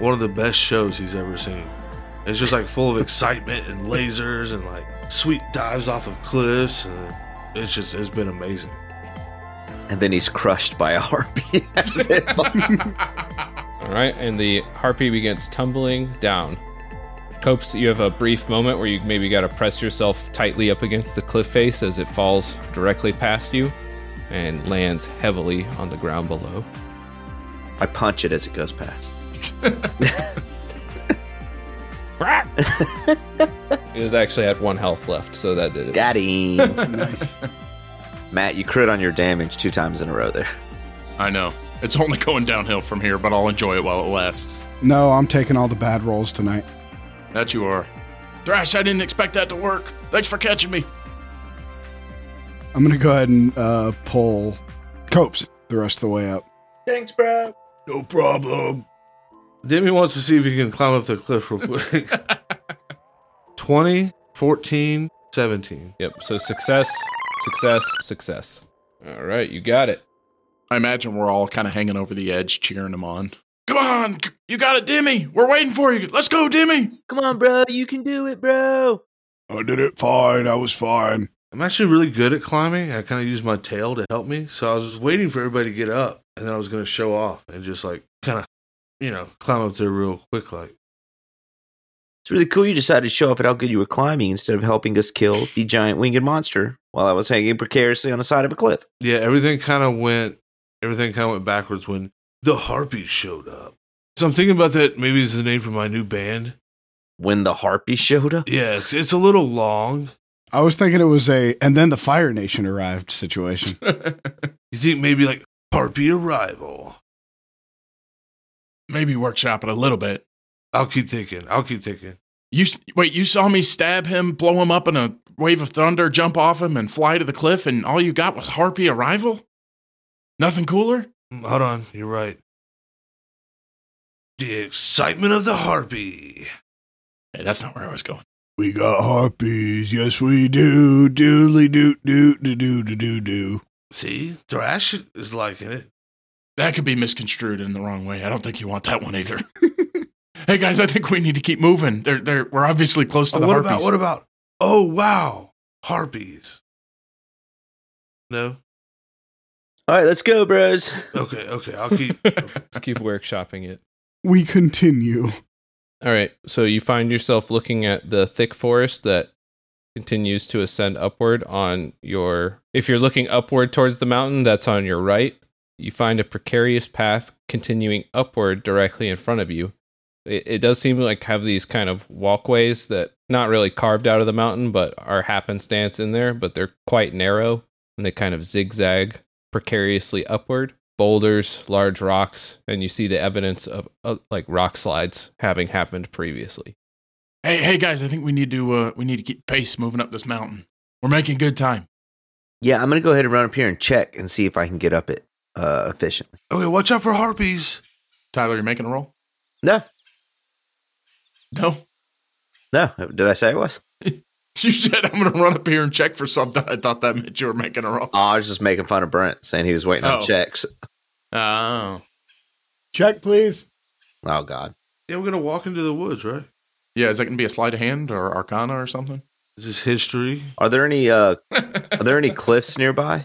D: one of the best shows he's ever seen. It's just like full of excitement and lasers and like sweet dives off of cliffs. And it's just, it's been amazing.
C: And then he's crushed by a harpy. That's it.
B: All right, and the harpy begins tumbling down. Copes, you have a brief moment where you maybe got to press yourself tightly up against the cliff face as it falls directly past you and lands heavily on the ground below.
C: I punch it as it goes past.
B: It has actually had one health left, so that did it.
C: Got him.
F: Nice.
C: Matt, you crit on your damage two times in a row there.
A: I know. It's only going downhill from here, but I'll enjoy it while it lasts.
F: No, I'm taking all the bad rolls tonight.
A: That you are. Thrash, I didn't expect that to work. Thanks for catching me.
F: I'm gonna go ahead and uh, pull Copes the rest of the way up.
C: Thanks, bro.
E: No problem.
D: Demi wants to see if he can climb up the cliff real quick. 20, 14, 17.
B: Yep, so success, success, success. All right, you got it.
A: I imagine we're all kind of hanging over the edge, cheering him on. Come on, c- you got it, Dimmy. We're waiting for you. Let's go, Dimmy.
C: Come on, bro. You can do it, bro.
E: I did it fine. I was fine.
D: I'm actually really good at climbing. I kind of use my tail to help me. So I was just waiting for everybody to get up. And then I was going to show off and just like kind of, you know, climb up there real quick. Like,
C: It's really cool you decided to show off at how good you were climbing instead of helping us kill the giant winged monster while I was hanging precariously on the side of a cliff.
D: yeah, everything kind of went, everything kind of went backwards when the Harpies showed up. So I'm thinking about that. Maybe it's the name for my new band.
C: When the harpy showed up,
D: Yeah, it's, it's a little long.
F: I was thinking it was a and then the Fire Nation arrived situation.
D: You think maybe like Harpy Arrival?
A: Maybe workshop it a little bit.
D: I'll keep thinking. I'll keep thinking.
A: You s- wait. You saw me stab him, blow him up in a wave of thunder, jump off him, and fly to the cliff, and all you got was harpy arrival. Nothing cooler.
D: Mm, Hold on, you're right. The excitement of the harpy.
A: Hey, that's not where I was going.
E: We got harpies. Yes, we do. Doodly doot doot do do do do do.
D: See, Thrash is liking it.
A: That could be misconstrued in the wrong way. I don't think you want that one either. hey guys, I think we need to keep moving. They're, they're, we're obviously close to
D: Oh,
A: the
D: what
A: harpies.
D: about what about? Oh wow, harpies. No.
C: all right, let's go, bros.
D: Okay. Okay. I'll keep.
B: Let's keep workshopping it.
F: we continue.
B: All right, so you find yourself looking at the thick forest that continues to ascend upward on your if you're looking upward towards the mountain that's on your right you find a precarious path continuing upward directly in front of you it, it does seem like have these kind of walkways that not really carved out of the mountain but are happenstance in there but they're quite narrow and they kind of zigzag precariously upward boulders large rocks and you see the evidence of uh, like rock slides having happened previously
A: Hey, hey guys, I think we need to uh, we need to keep pace moving up this mountain. We're making good time.
C: Yeah, I'm gonna go ahead and run up here and check and see if I can get up it uh, efficiently.
D: okay. Watch out for harpies.
A: Tyler, you're making a roll?
C: No,
A: No.
C: no. Did I say I was?
A: You said I'm gonna run up here and check for something. I thought that meant you were making a roll.
C: Oh, I was just making fun of Brent, saying he was waiting
A: Oh.
C: on checks.
A: Oh.
F: Check, please.
C: Oh God,
D: Yeah, we're gonna walk into the woods, right?
A: Yeah, is that gonna be a sleight of hand or arcana or something?
D: This is history.
C: are there any uh, are there any cliffs nearby?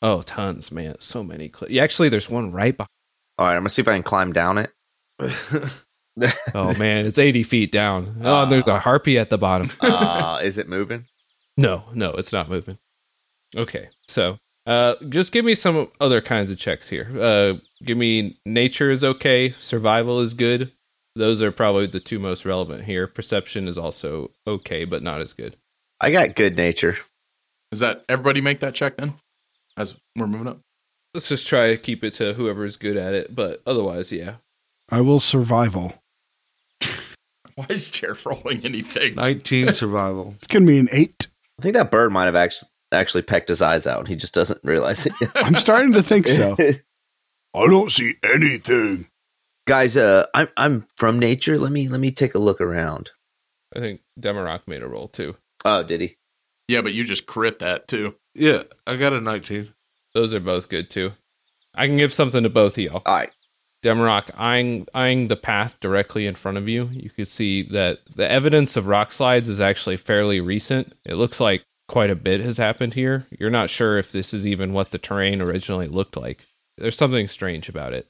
B: oh tons man so many cl- actually there's one right behind
C: All right, I'm gonna see if I can climb down it.
B: Oh man, it's 80 feet down. Oh, and there's a harpy at the bottom.
C: Uh, is it moving?
B: No, no, it's not moving. Okay, so Uh, just give me some other kinds of checks here. Uh, give me nature is okay, survival is good. Those are probably the two most relevant here. Perception is also okay, but not as good.
C: I got good nature.
A: Is that everybody make that check then? As we're moving up,
B: Let's just try to keep it to whoever's good at it, but otherwise, yeah.
F: I will survival.
A: why is Jeff rolling anything?
D: 19 survival.
F: It's gonna be an eight.
C: I think that bird might have actually actually pecked his eyes out, and he just doesn't realize it.
F: I'm starting to think so.
E: I don't see anything.
C: Guys, uh, I'm I'm from nature. Let me let me take a look around.
B: I think Demarok made a roll too.
C: Oh, did he?
A: Yeah, but you just crit that too.
D: Yeah, I got a 19.
B: Those are both good too. I can give something to both of y'all.
C: All right.
B: Demarok, eyeing, eyeing the path directly in front of you, you could see that the evidence of rock slides is actually fairly recent. It looks like quite a bit has happened here. You're not sure if this is even what the terrain originally looked like. There's something strange about it.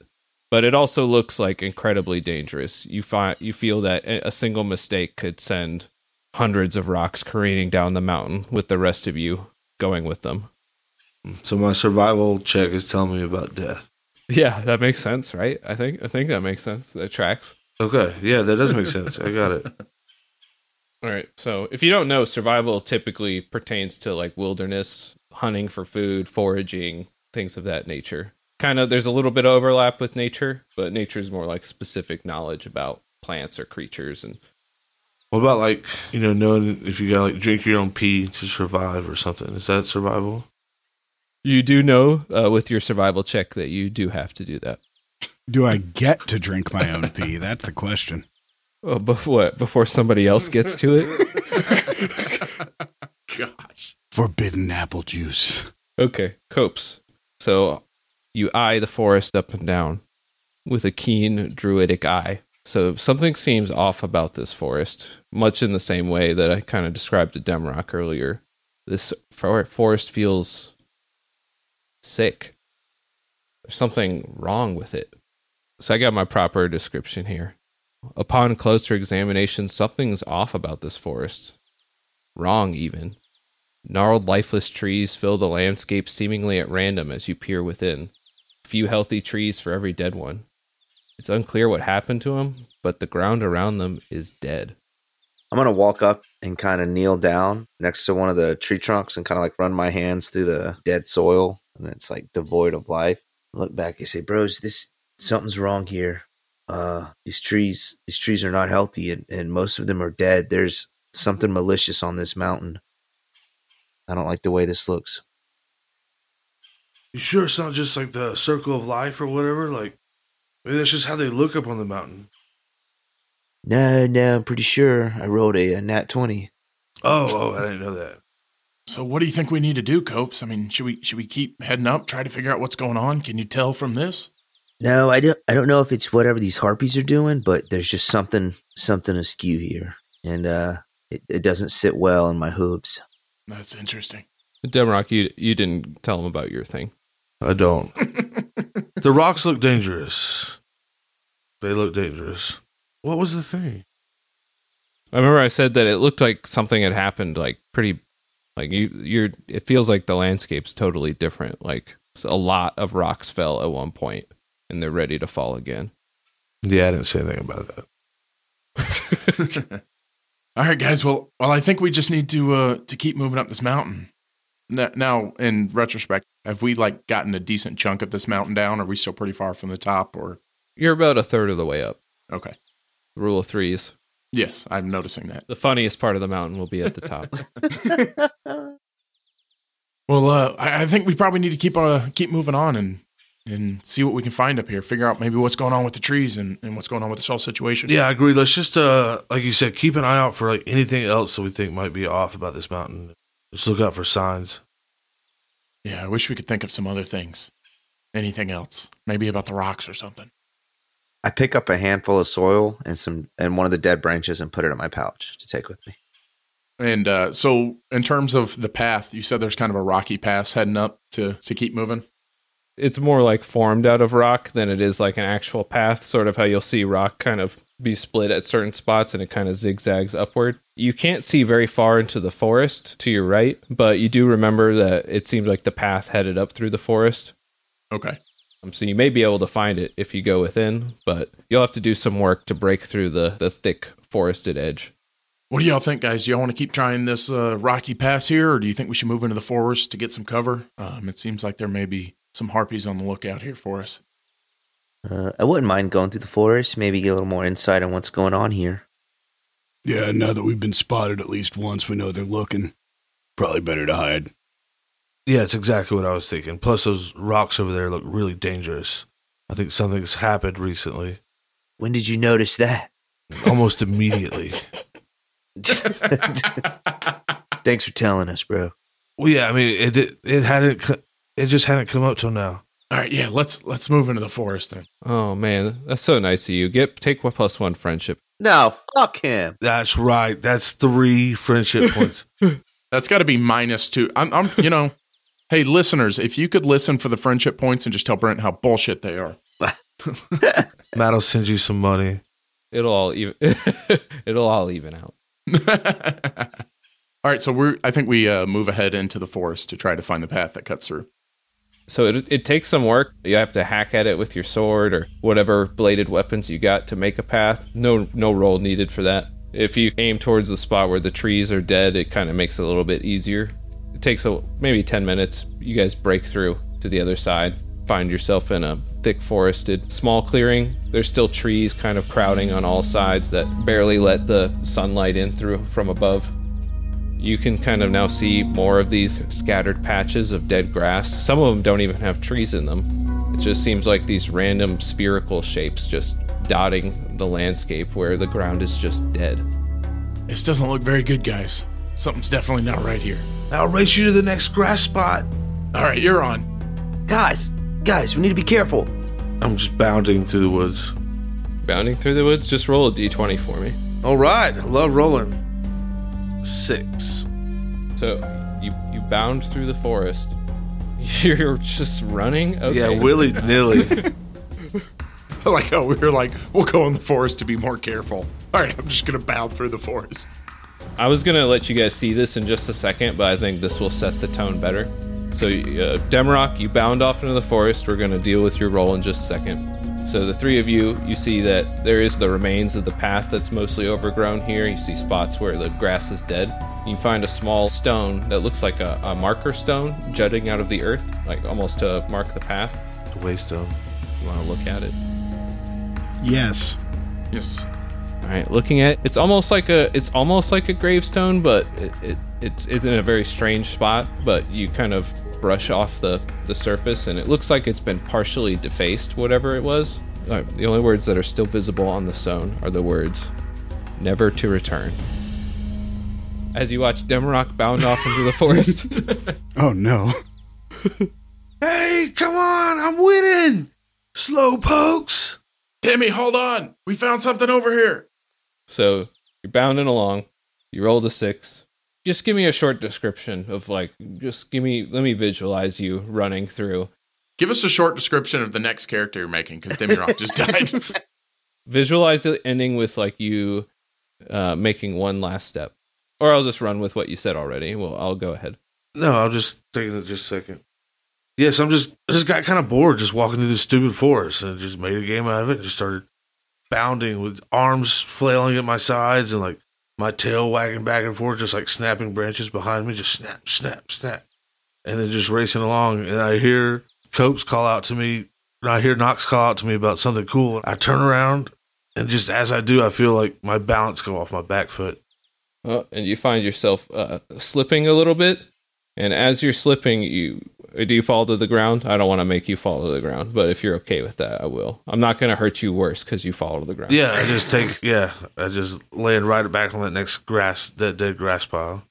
B: But it also looks like incredibly dangerous. You find you feel that a a single mistake could send hundreds of rocks careening down the mountain with the rest of you going with them.
D: So my survival check is telling me about death.
B: Yeah, that makes sense, right? I think I think that makes sense. That tracks.
D: Okay, yeah, that does make sense. I got it.
B: All right. So, if you don't know, survival typically pertains to like wilderness, hunting for food, foraging, things of that nature. Kind of there's a little bit of overlap with nature, but nature is more like specific knowledge about plants or creatures and
D: What about like you know knowing if you got to like drink your own pee to survive or something? Is that survival?
B: you do know uh, with your survival check that you do have to do that.
F: Do I get to drink my own pee? That's the question.
B: Oh, before what? Before somebody else gets to it.
A: Gosh,
F: Forbidden apple juice.
B: Okay, copes. So you eye the forest up and down with a keen druidic eye. So something seems off about this forest, much in the same way that I kind of described to Demrock earlier. This for- forest feels sick. There's something wrong with it. So I got my proper description here. Upon closer examination, something's off about this forest. Wrong, even. Gnarled, lifeless trees fill the landscape seemingly at random as you peer within. Few healthy trees for every dead one. It's unclear what happened to them, but the ground around them is dead.
C: I'm gonna walk up and kind of kneel down next to one of the tree trunks and kind of like run my hands through the dead soil, and it's like devoid of life. Look back and say, "Bros, this something's wrong here. Uh, these trees, these trees are not healthy, and, and most of them are dead. There's something malicious on this mountain. I don't like the way this looks.
D: You sure it's not just like the circle of life or whatever? Like maybe that's just how they look up on the mountain.
C: No, no, I'm pretty sure I rolled a, a nat twenty.
D: Oh, oh, I didn't know that.
A: So what do you think we need to do, Copes? I mean, should we should we keep heading up, try to figure out what's going on? Can you tell from this?
C: No, I don't. I don't know if it's whatever these harpies are doing, but there's just something something askew here, and uh, it, it doesn't sit well in my hooves.
A: That's interesting.
B: Demrock, you you didn't tell them about your thing.
D: I don't. the rocks look dangerous. They look dangerous. What was the thing?
B: I remember I said that it looked like something had happened, like pretty, like you you're. It feels like the landscape's totally different. Like a lot of rocks fell at one point, and they're ready to fall again.
D: Yeah, I didn't say anything about that.
A: All right, guys. Well, well, I think we just need to uh, to keep moving up this mountain. N- Now, in retrospect, have we like gotten a decent chunk of this mountain down? Are we still pretty far from the top? Or
B: You're about a third of the way up.
A: okay,
B: Rule of threes.
A: yes, I'm noticing that.
B: The funniest part of the mountain will be at the top.
A: Well, uh, I, I think we probably need to keep uh, keep moving on and and see what we can find up here. Figure out maybe what's going on with the trees and, and what's going on with this whole situation.
D: Yeah, I agree. Let's just uh like you said, keep an eye out for like anything else that we think might be off about this mountain. Just look out for signs.
A: yeah. I wish we could think of some other things. Anything else? Maybe about the rocks or something.
C: I pick up a handful of soil and some and one of the dead branches and put it in my pouch to take with me.
A: And uh, so, in terms of the path, you said there's kind of a rocky pass heading up to to keep moving.
B: it's more like formed out of rock than it is like an actual path, sort of how you'll see rock kind of be split at certain spots and it kind of zigzags upward. You can't see very far into the forest to your right, but you do remember that it seemed like the path headed up through the forest.
A: Okay.
B: Um, so you may be able to find it if you go within, but you'll have to do some work to break through the, the thick forested edge.
A: What do y'all think, guys? Do y'all want to keep trying this uh, rocky pass here, or do you think we should move into the forest to get some cover? Um, it seems like there may be some harpies on the lookout here for us.
C: Uh, I wouldn't mind going through the forest, maybe get a little more insight on what's going on here.
E: Yeah, now that we've been spotted at least once, we know they're looking. Probably better to hide.
D: Yeah, it's exactly what I was thinking. Plus, those rocks over there look really dangerous. I think something's happened recently,
C: When did you notice that?
D: almost immediately.
C: Thanks for telling us, bro.
D: Well, yeah, I mean, it it, it hadn't co- it just hadn't come up till now.
A: All right, yeah, let's let's move into the forest then.
B: Oh man, that's so nice of you. Get take one plus one friendship.
C: No, fuck him.
D: That's right. That's three friendship points.
A: That's got to be minus two. I'm, I'm you know, hey listeners, if you could listen for the friendship points and just tell Brent how bullshit they are.
D: Matt will send you some money.
B: It'll all even. it'll all even out.
A: All right, so we're I think we uh, move ahead into the forest to try to find the path that cuts through.
B: So it, it takes some work. You have to hack at it with your sword or whatever bladed weapons you got to make a path. No no roll needed for that. If you aim towards the spot where the trees are dead, it kind of makes it a little bit easier. It takes a, maybe 10 minutes. You guys break through to the other side, find yourself in a thick forested small clearing. There's still trees kind of crowding on all sides that barely let the sunlight in through from above. You can kind of now see more of these scattered patches of dead grass. Some of them don't even have trees in them. It just seems like these random spherical shapes just dotting the landscape where the ground is just dead.
A: This doesn't look very good, guys. Something's definitely not right here.
D: I'll race you to the next grass spot.
A: All right, you're on.
C: Guys, guys, we need to be careful.
D: I'm just bounding through the woods.
B: Bounding through the woods, just roll a d20 for me.
D: All right, I love rolling. Six.
B: So you you bound through the forest. You're just running. Okay.
D: Yeah, willy nilly.
A: like oh, we were like we'll go in the forest to be more careful. All right, I'm just gonna bow through the forest.
B: I was gonna let you guys see this in just a second, but I think this will set the tone better. So, uh, Demarok, you bound off into the forest. We're gonna deal with your roll in just a second. So, the three of you, you see that there is the remains of the path that's mostly overgrown here. You see spots where the grass is dead. You find a small stone that looks like a, a marker stone jutting out of the earth, like almost to mark the path.
D: Waste of.
B: You want to look at it.
F: Yes.
A: Yes.
B: All right, looking at it, it's almost like a it's almost like a gravestone, but it, it it's it's in a very strange spot. But you kind of brush off the the surface, and it looks like it's been partially defaced. Whatever it was, Uh, the only words that are still visible on the stone are the words "never to return." As you watch Demarok bound off into the forest,
F: Oh no.
D: Hey, come on! I'm winning. Slow pokes.
A: Timmy, hold on. We found something over here.
B: so you're bounding along. You rolled a six. Just give me a short description of like, just give me let me visualize you running through.
A: Give us a short description of the next character you're making, because Demirock just died.
B: visualize it ending with like you uh, making one last step or i'll just run with what you said already well i'll go ahead
D: No, I'll just take it just a second. Yes, I'm just I just got kind of bored just walking through this stupid forest and just made a game out of it and just started bounding with arms flailing at my sides and like my tail wagging back and forth, just like snapping branches behind me, just snap, snap, snap. And then just racing along and I hear Copes call out to me and I hear Knox call out to me about something cool. I turn around and just as I do I feel like my balance go off my back foot.
B: oh, and you find yourself uh, slipping a little bit and as you're slipping you do you fall to the ground i don't want to make you fall to the ground but if you're okay with that i will i'm not going to hurt you worse because you fall to the ground
D: Yeah, I just take. Yeah, I just land right back on that next grass, that dead grass pile.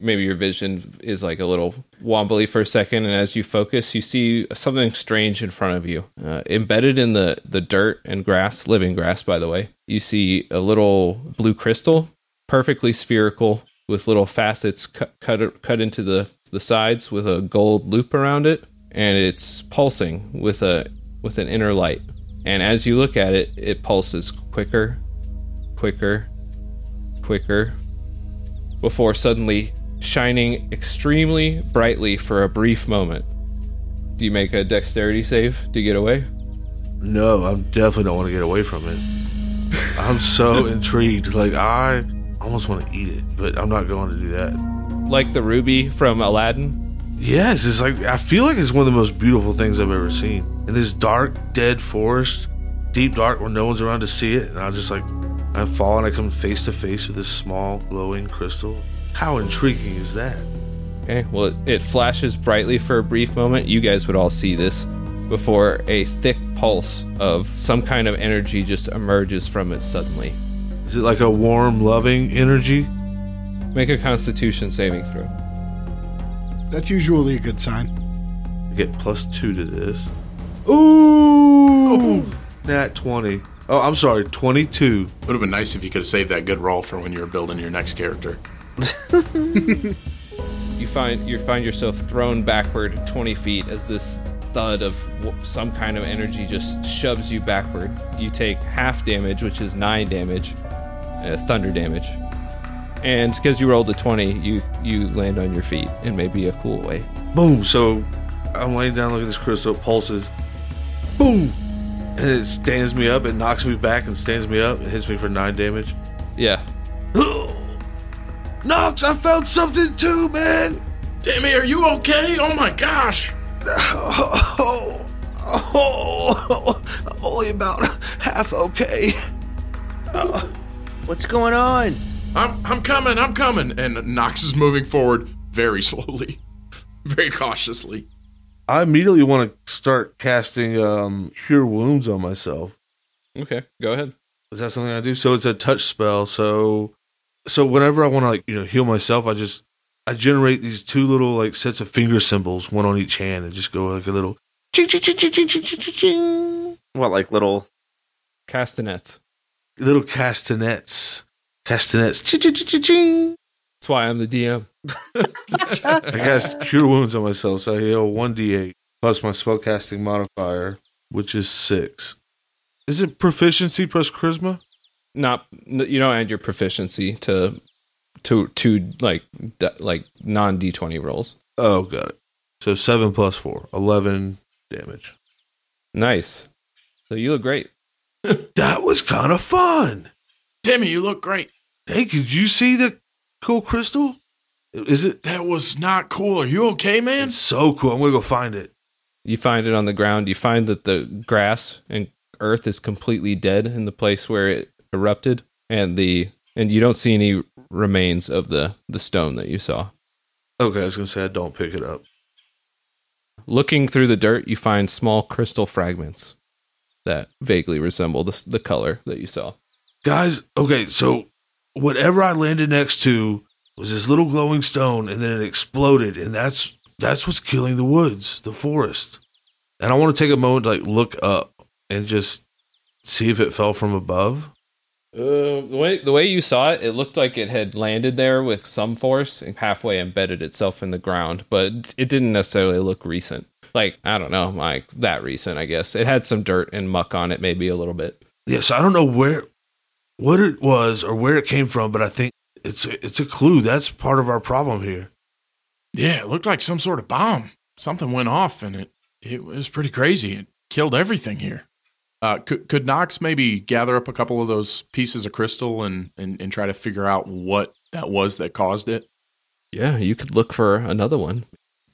B: maybe your vision is like a little wobbly for a second and as you focus you see something strange in front of you uh, embedded in the the dirt and grass living grass by the way you see a little blue crystal perfectly spherical with little facets cut cut, cut into the the sides with a gold loop around it and it's pulsing with a with an inner light and as you look at it it pulses quicker quicker, quicker, before suddenly shining extremely brightly for a brief moment. Do you make a dexterity save to get away?
D: No, I definitely don't want to get away from it. I'm so intrigued. Like I almost want to eat it, but I'm not going to do that.
B: Like the ruby from Aladdin?
D: Yes, it's like I feel like it's one of the most beautiful things I've ever seen. In this dark, dead forest, deep dark where no one's around to see it, and I just like I fall and I come face to face with this small glowing crystal. How intriguing is that?
B: Okay, well, it, it flashes brightly for a brief moment. You guys would all see this before a thick pulse of some kind of energy just emerges from it suddenly.
D: Is it like a warm, loving energy?
B: Make a constitution saving throw.
F: That's usually a good sign.
D: I get plus two to this. Ooh! Nat 20. Oh, I'm sorry, 22.
A: Would have been nice if you could have saved that good roll for when you were building your next character.
B: You find you find yourself thrown backward 20 feet as this thud of w- some kind of energy just shoves you backward. You take half damage, which is nine damage, uh, thunder damage, and because you rolled a 20, you you land on your feet in maybe a cool way.
D: Boom! So I'm laying down, look at this crystal, it pulses. Boom! And it stands me up, it knocks me back and stands me up, it hits me for nine damage.
B: Yeah,
D: Knox, I found something too, man!
A: Damn it, are you okay? Oh my gosh!
D: Oh, oh, oh, I'm only about half okay.
C: What's going on?
A: I'm I'm coming, I'm coming. And Knox is moving forward very slowly. Very cautiously.
D: I immediately want to start casting um, Cure Wounds on myself.
B: okay, go ahead.
D: Is that something I do? So it's a touch spell. So, so whenever I want to like you know heal myself, I just I generate these two little like sets of finger symbols, one on each hand, and just go like a little ching ching ching ching ching ching ching ching, ching.
C: What, like little?
B: Castanets.
D: little castanets, castanets ching ching ching ching. ching.
B: That's why I'm the DM.
D: I cast cure wounds on myself, so I heal one d8 plus my spellcasting modifier, which is six. Is it proficiency plus charisma?
B: Not n- you don't add your proficiency to to to like d- like non d20 rolls.
D: Oh, got it. So seven plus four, 11 damage.
B: Nice. So you look great.
D: That was kind of fun.
A: Timmy, you look great.
D: Hey, could you see the cool crystal? Is it?
A: That was not cool. Are you okay, man?
D: It's so cool. I'm gonna go find it.
B: You find it on the ground. You find that the grass and earth is completely dead in the place where it erupted, and the and you don't see any remains of the the stone that you saw.
D: Okay, I was gonna say I don't pick it up.
B: Looking through the dirt, you find small crystal fragments that vaguely resemble the, the color that you saw.
D: Guys, okay, so whatever I landed next to was this little glowing stone and then it exploded and that's that's what's killing the woods, the forest. And I want to take a moment to like look up and just see if it fell from above.
B: Uh, the way the way you saw it, it looked like it had landed there with some force and halfway embedded itself in the ground, but it didn't necessarily look recent. Like I don't know, like that recent, I guess. It had some dirt and muck on it, maybe a little bit.
D: Yeah, so I don't know where what it was or where it came from, but I think it's a, it's a clue. That's part of our problem here.
A: Yeah, it looked like some sort of bomb. Something went off and it it was pretty crazy. It killed everything here. Uh, could, could Knox maybe gather up a couple of those pieces of crystal and, and, and try to figure out what that was that caused it?
B: Yeah, you could look for another one.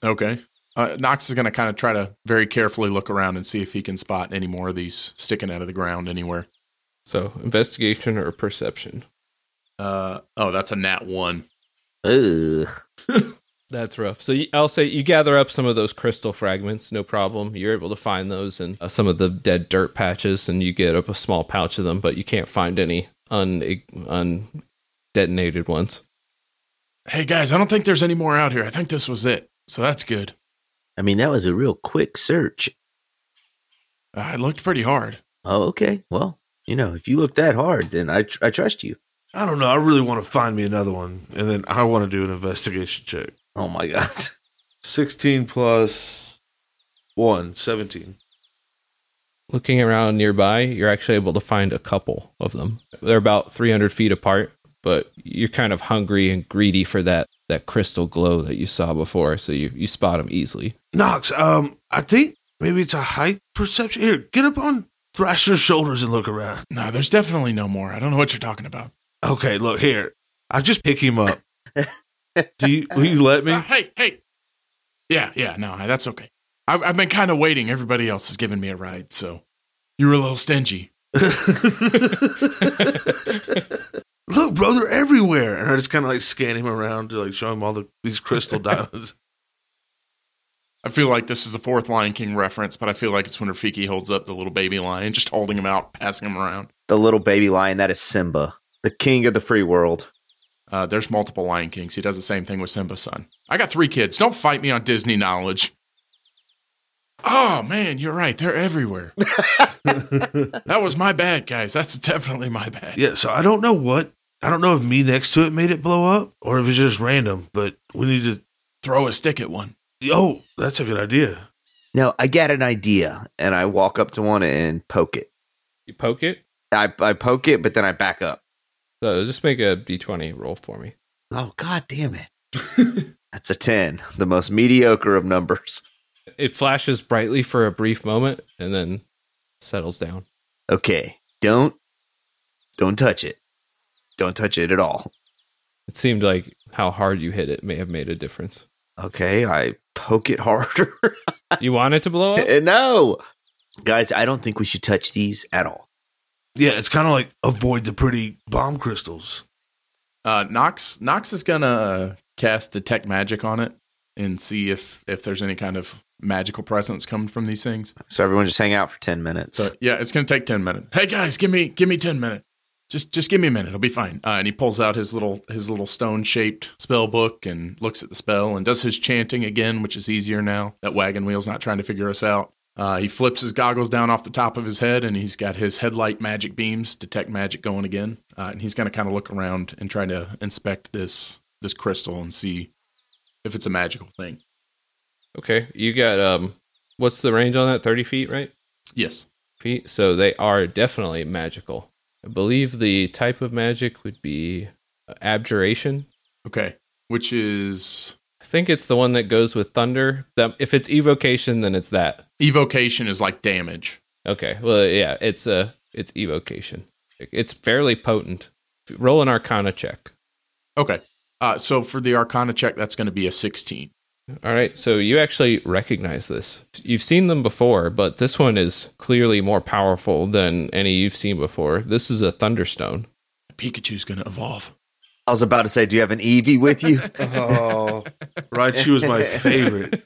A: Okay. Uh, Knox is going to kind of try to very carefully look around and see if he can spot any more of these sticking out of the ground anywhere.
B: So investigation or perception.
A: Uh, oh, that's a nat one.
C: Ugh.
B: That's rough. So you, I'll say you gather up some of those crystal fragments, no problem. You're able to find those and uh, some of the dead dirt patches, and you get up a small pouch of them, but you can't find any un undetonated ones.
A: Hey guys, I don't think there's any more out here. I think this was it. So that's good.
C: I mean, that was a real quick search.
A: Uh, I looked pretty hard.
C: Oh, okay. Well, you know, if you look that hard, then I tr- I trust you.
D: I don't know. I really want to find me another one, and then I want to do an investigation check.
C: Oh my god.
D: 16 plus 1, 17.
B: Looking around nearby, you're actually able to find a couple of them. They're about 300 feet apart, but you're kind of hungry and greedy for that, that crystal glow that you saw before, so you, you spot them easily.
D: Knox, um, I think maybe it's a height perception. Here, get up on Thrasher's shoulders and look around.
A: No, there's definitely no more. I don't know what you're talking about.
D: Okay, look here. I just pick him up. Do you, will you let me?
A: Uh, hey, hey. Yeah, yeah, no, that's okay. I, I've been kind of waiting. Everybody else has given me a ride, so you were a little stingy.
D: Look, bro, they're everywhere. And I just kind of like scan him around to like show him all the these crystal diamonds.
A: I feel like this is the fourth Lion King reference, but I feel like it's when Rafiki holds up the little baby lion, just holding him out, passing him around.
C: The little baby lion that is Simba, the king of the free world.
A: Uh, there's multiple Lion Kings. He does the same thing with Simba's son. I got three kids. Don't fight me on Disney knowledge. Oh man, you're right. They're everywhere. that was my bad, guys. That's definitely my bad.
D: Yeah, so I don't know what. I don't know if me next to it made it blow up or if it's just random, but we need to.
A: Throw a stick at one.
D: Oh, that's a good idea.
C: Now, I got an idea, and I walk up to one and poke it.
B: You poke it?
C: I, I poke it, but then I back up.
B: So just make a d20 roll for me.
C: Oh, god damn it. That's a 10, the most mediocre of numbers.
B: It flashes brightly for a brief moment and then settles down.
C: Okay, don't don't touch it. Don't touch it at all.
B: It seemed like how hard you hit it may have made a difference.
C: Okay, I poke it harder.
B: You want it to blow up?
C: Eh, no. Guys, I don't think we should touch these at all.
D: Yeah, it's kind of like avoid the pretty bomb crystals.
A: Uh, Knox Knox is gonna uh, cast detect magic on it and see if if there's any kind of magical presence coming from these things.
C: So everyone just hang out for 10 minutes.
A: So yeah, it's gonna take ten minutes. Hey guys, give me give me ten minutes. Just just give me a minute. It'll be fine. Uh, and he pulls out his little his little stone shaped spell book and looks at the spell and does his chanting again, which is easier now that wagon wheel's not trying to figure us out. Uh, he flips his goggles down off the top of his head and he's got his headlight magic beams detect magic going again. Uh, and he's gonna kind of look around and try to inspect this this crystal and see if it's a magical thing.
B: Okay. You got um what's the range on that? 30 feet, right?
A: Yes.
B: Feet. So they are definitely magical. I believe the type of magic would be uh, abjuration.
A: Okay. Which is
B: I think it's the one that goes with thunder. That if it's evocation then it's that.
A: evocation is like damage.
B: Okay. Well, yeah, it's uh it's evocation. It's fairly potent. Roll an arcana check.
A: Okay. Uh, so for the Arcana check, that's going to be a 16.
B: All right, so you actually recognize this. You've seen them before, but this one is clearly more powerful than any you've seen before. This is a thunderstone.
A: Pikachu's going to evolve.
C: I was about to say, do you have an Eevee with you?
D: Oh, Raichu was my favorite.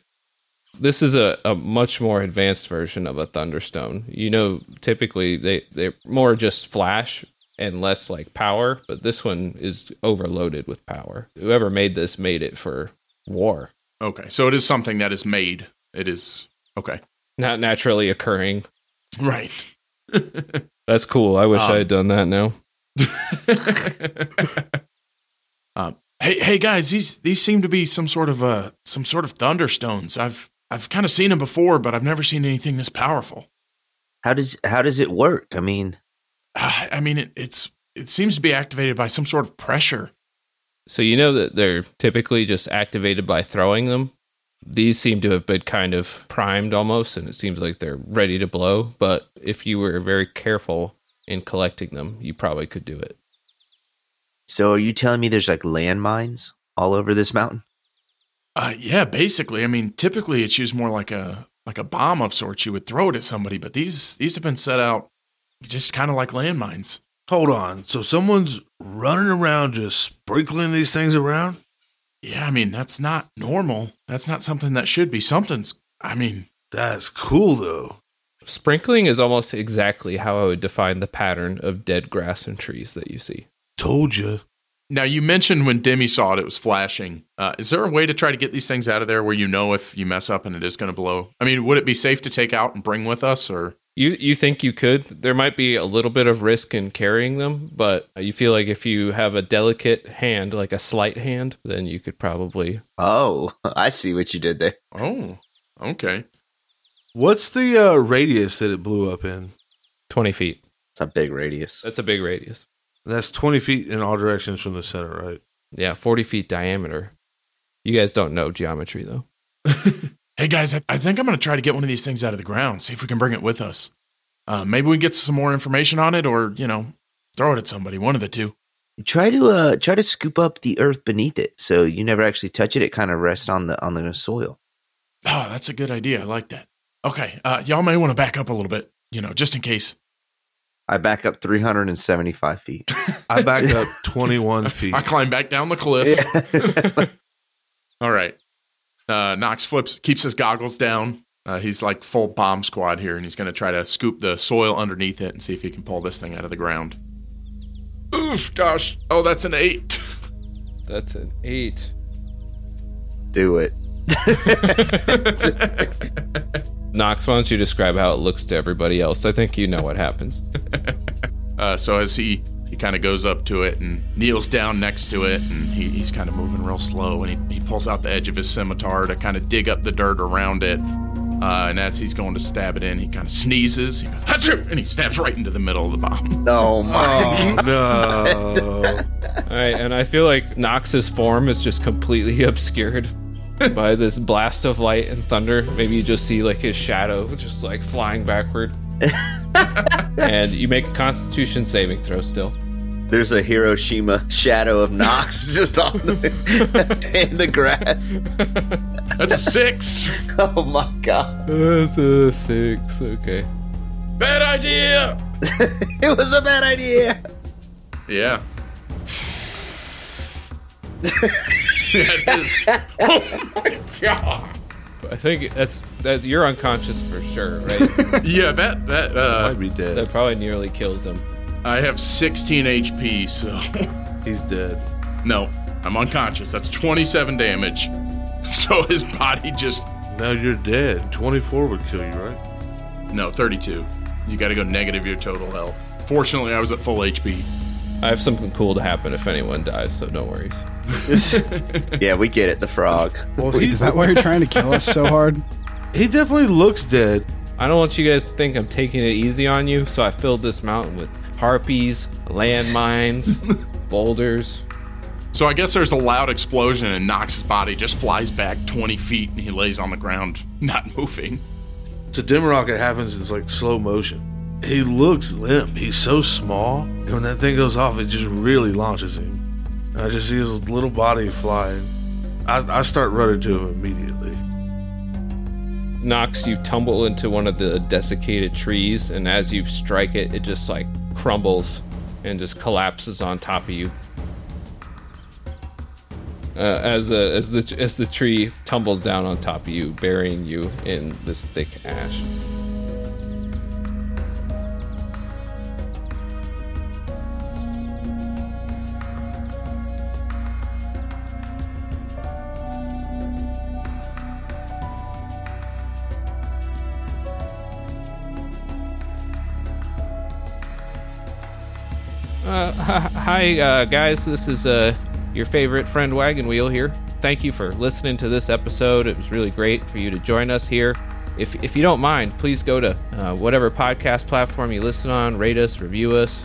B: This is a, a much more advanced version of a thunderstone. You know, typically they, they're more just flash and less like power, but this one is overloaded with power. Whoever made this made it for war.
A: Okay. So it is something that is made. It is. Okay.
B: Not naturally occurring.
A: Right.
B: That's cool. I wish I had done that now.
A: um, hey, hey guys, these these seem to be some sort of uh some sort of thunderstones. I've I've kind of seen them before, but I've never seen anything this powerful.
C: How does how does it work? I mean,
A: Ah, I mean, it, it's it seems to be activated by some sort of pressure.
B: So you know that they're typically just activated by throwing them. These seem to have been kind of primed almost, and it seems like they're ready to blow. But if you were very careful in collecting them, you probably could do it.
C: so are you telling me there's like landmines all over this mountain?
A: Uh, yeah, basically. I mean, typically it's used more like a like a bomb of sorts. You would throw it at somebody, but these these have been set out just kind of like landmines.
D: Hold on. So someone's running around just sprinkling these things around?
A: Yeah, I mean that's not normal. That's not something that should be. Something's. I mean,
D: That's cool, though.
B: Sprinkling is almost exactly how I would define the pattern of dead grass and trees that you see.
D: Told you.
A: now you mentioned when Demi saw it, it was flashing. Uh, is there a way to try to get these things out of there where you know if you mess up and it is going to blow? I mean, would it be safe to take out and bring with us, or
B: You you think you could? There might be a little bit of risk in carrying them, but you feel like if you have a delicate hand, like a slight hand, then you could probably
C: Oh, I see what you did there.
A: oh, okay.
D: What's the uh, radius that it blew up in?
B: 20 feet.
C: It's a big radius.
B: That's a big radius.
D: That's 20 feet in all directions from the center, right?
B: Yeah, 40 feet diameter. You guys don't know geometry, though.
A: Hey guys, I, I think I'm gonna try to get one of these things out of the ground. See if we can bring it with us. Uh, maybe we can get some more information on it, or you know, throw it at somebody. One of the two.
C: Try to uh try to scoop up the earth beneath it, so you never actually touch it. It kind of rests on the on the soil.
A: Oh, that's a good idea. I like that. Okay, uh, y'all may want to back up a little bit. You know, just in case.
C: I back up 375 feet.
D: I backed up 21 feet.
A: I climb back down the cliff. All right. Uh, Knox flips, keeps his goggles down. Uh, he's like full bomb squad here, and he's going to try to scoop the soil underneath it and see if he can pull this thing out of the ground. Oof, gosh. Oh, that's an eight.
B: That's an eight.
C: Do it.
B: Knox, why don't you describe how it looks to everybody else? I think you know what happens.
A: Uh, so as he he kind of goes up to it and kneels down next to it, and he, he's kind of moving real slow, and he, he pulls out the edge of his scimitar to kind of dig up the dirt around it. Uh, and as he's going to stab it in, he kind of sneezes, he goes, Hachoo! and he stabs right into the middle of the bomb.
C: Oh my!
D: Oh,
B: All
D: no.
B: right, and I feel like Knox's form is just completely obscured by this blast of light and thunder. Maybe you just see like his shadow just like flying backward. and you make a constitution saving throw still.
C: There's a Hiroshima shadow of Knox just on the in the grass.
A: That's a six.
C: Oh my god!
B: That's a six. Okay.
A: Bad idea.
C: It was a bad idea.
A: Yeah. yeah, it is. Oh my god.
B: I think that's that's you're unconscious for sure, right?
A: Yeah, that that uh,
D: I'd be dead.
B: that probably nearly kills him.
A: I have 16 HP, so
D: He's dead.
A: no, I'm unconscious. That's 27 damage. So his body just
D: Now you're dead. 24 would kill you, right?
A: No, 32. You got to go negative your total health. Fortunately, I was at full HP.
B: I have something cool to happen if anyone dies, so no worries.
C: yeah, we get it. The frog.
D: Well, he,
F: Is that why you're trying to kill us so hard?
D: he definitely looks dead.
B: I don't want you guys to think I'm taking it easy on you, so I filled this mountain with harpies, landmines, boulders.
A: So I guess there's a loud explosion and Knox's body just flies back 20 feet and he lays on the ground, not moving.
D: To Demarok, it happens in like slow motion. He looks limp. He's so small, and when that thing goes off, it just really launches him. And I just see his little body flying. I, I start running to him immediately.
B: Knox, you tumble into one of the desiccated trees, and as you strike it, it just like crumbles and just collapses on top of you. Uh, as uh, as the as the tree tumbles down on top of you, burying you in this thick ash. Uh, hi- hi, uh, guys. This is uh, your favorite friend Wagon Wheel here. Thank you for listening to this episode. It was really great for you to join us here. If, if you don't mind, please go to uh, whatever podcast platform you listen on, rate us, review us.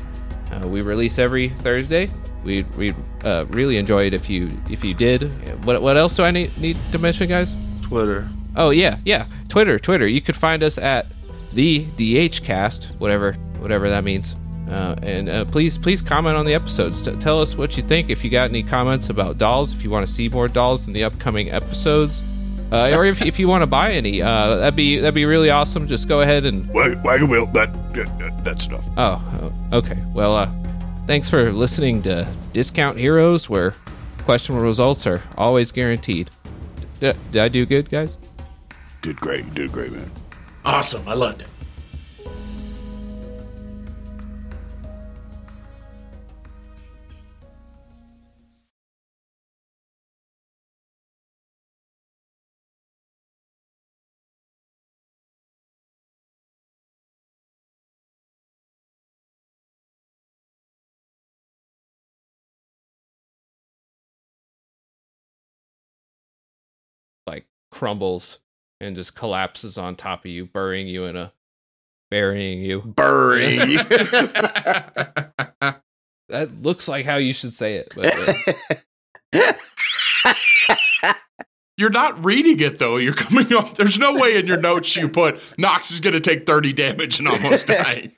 B: Uh, we release every Thursday. We we uh, really enjoy it if you if you did. What what else do I need need to mention, guys?
D: Twitter.
B: Oh yeah, yeah. Twitter, Twitter. You could find us at the DHcast, whatever, whatever that means. Uh, and uh, please, please comment on the episodes. T- tell us what you think. If you got any comments about dolls, if you want to see more dolls in the upcoming episodes, uh, or if, if you want to buy any, uh, that'd be that'd be really awesome. Just go ahead and
E: Wag- Wagon wheel. That, that that's enough.
B: Oh, oh, okay. Well, uh, thanks for listening to Discount Heroes, where questionable results are always guaranteed. D- did I do good, guys?
E: Did great. You did great, man.
A: Awesome. I loved it.
B: Like crumbles and just collapses on top of you, burying you in a burying you.
C: Bury.
B: That looks like how you should say it. But, uh,
A: You're not reading it though. You're coming up. There's no way in your notes you put Knox is going to take 30 damage and almost die.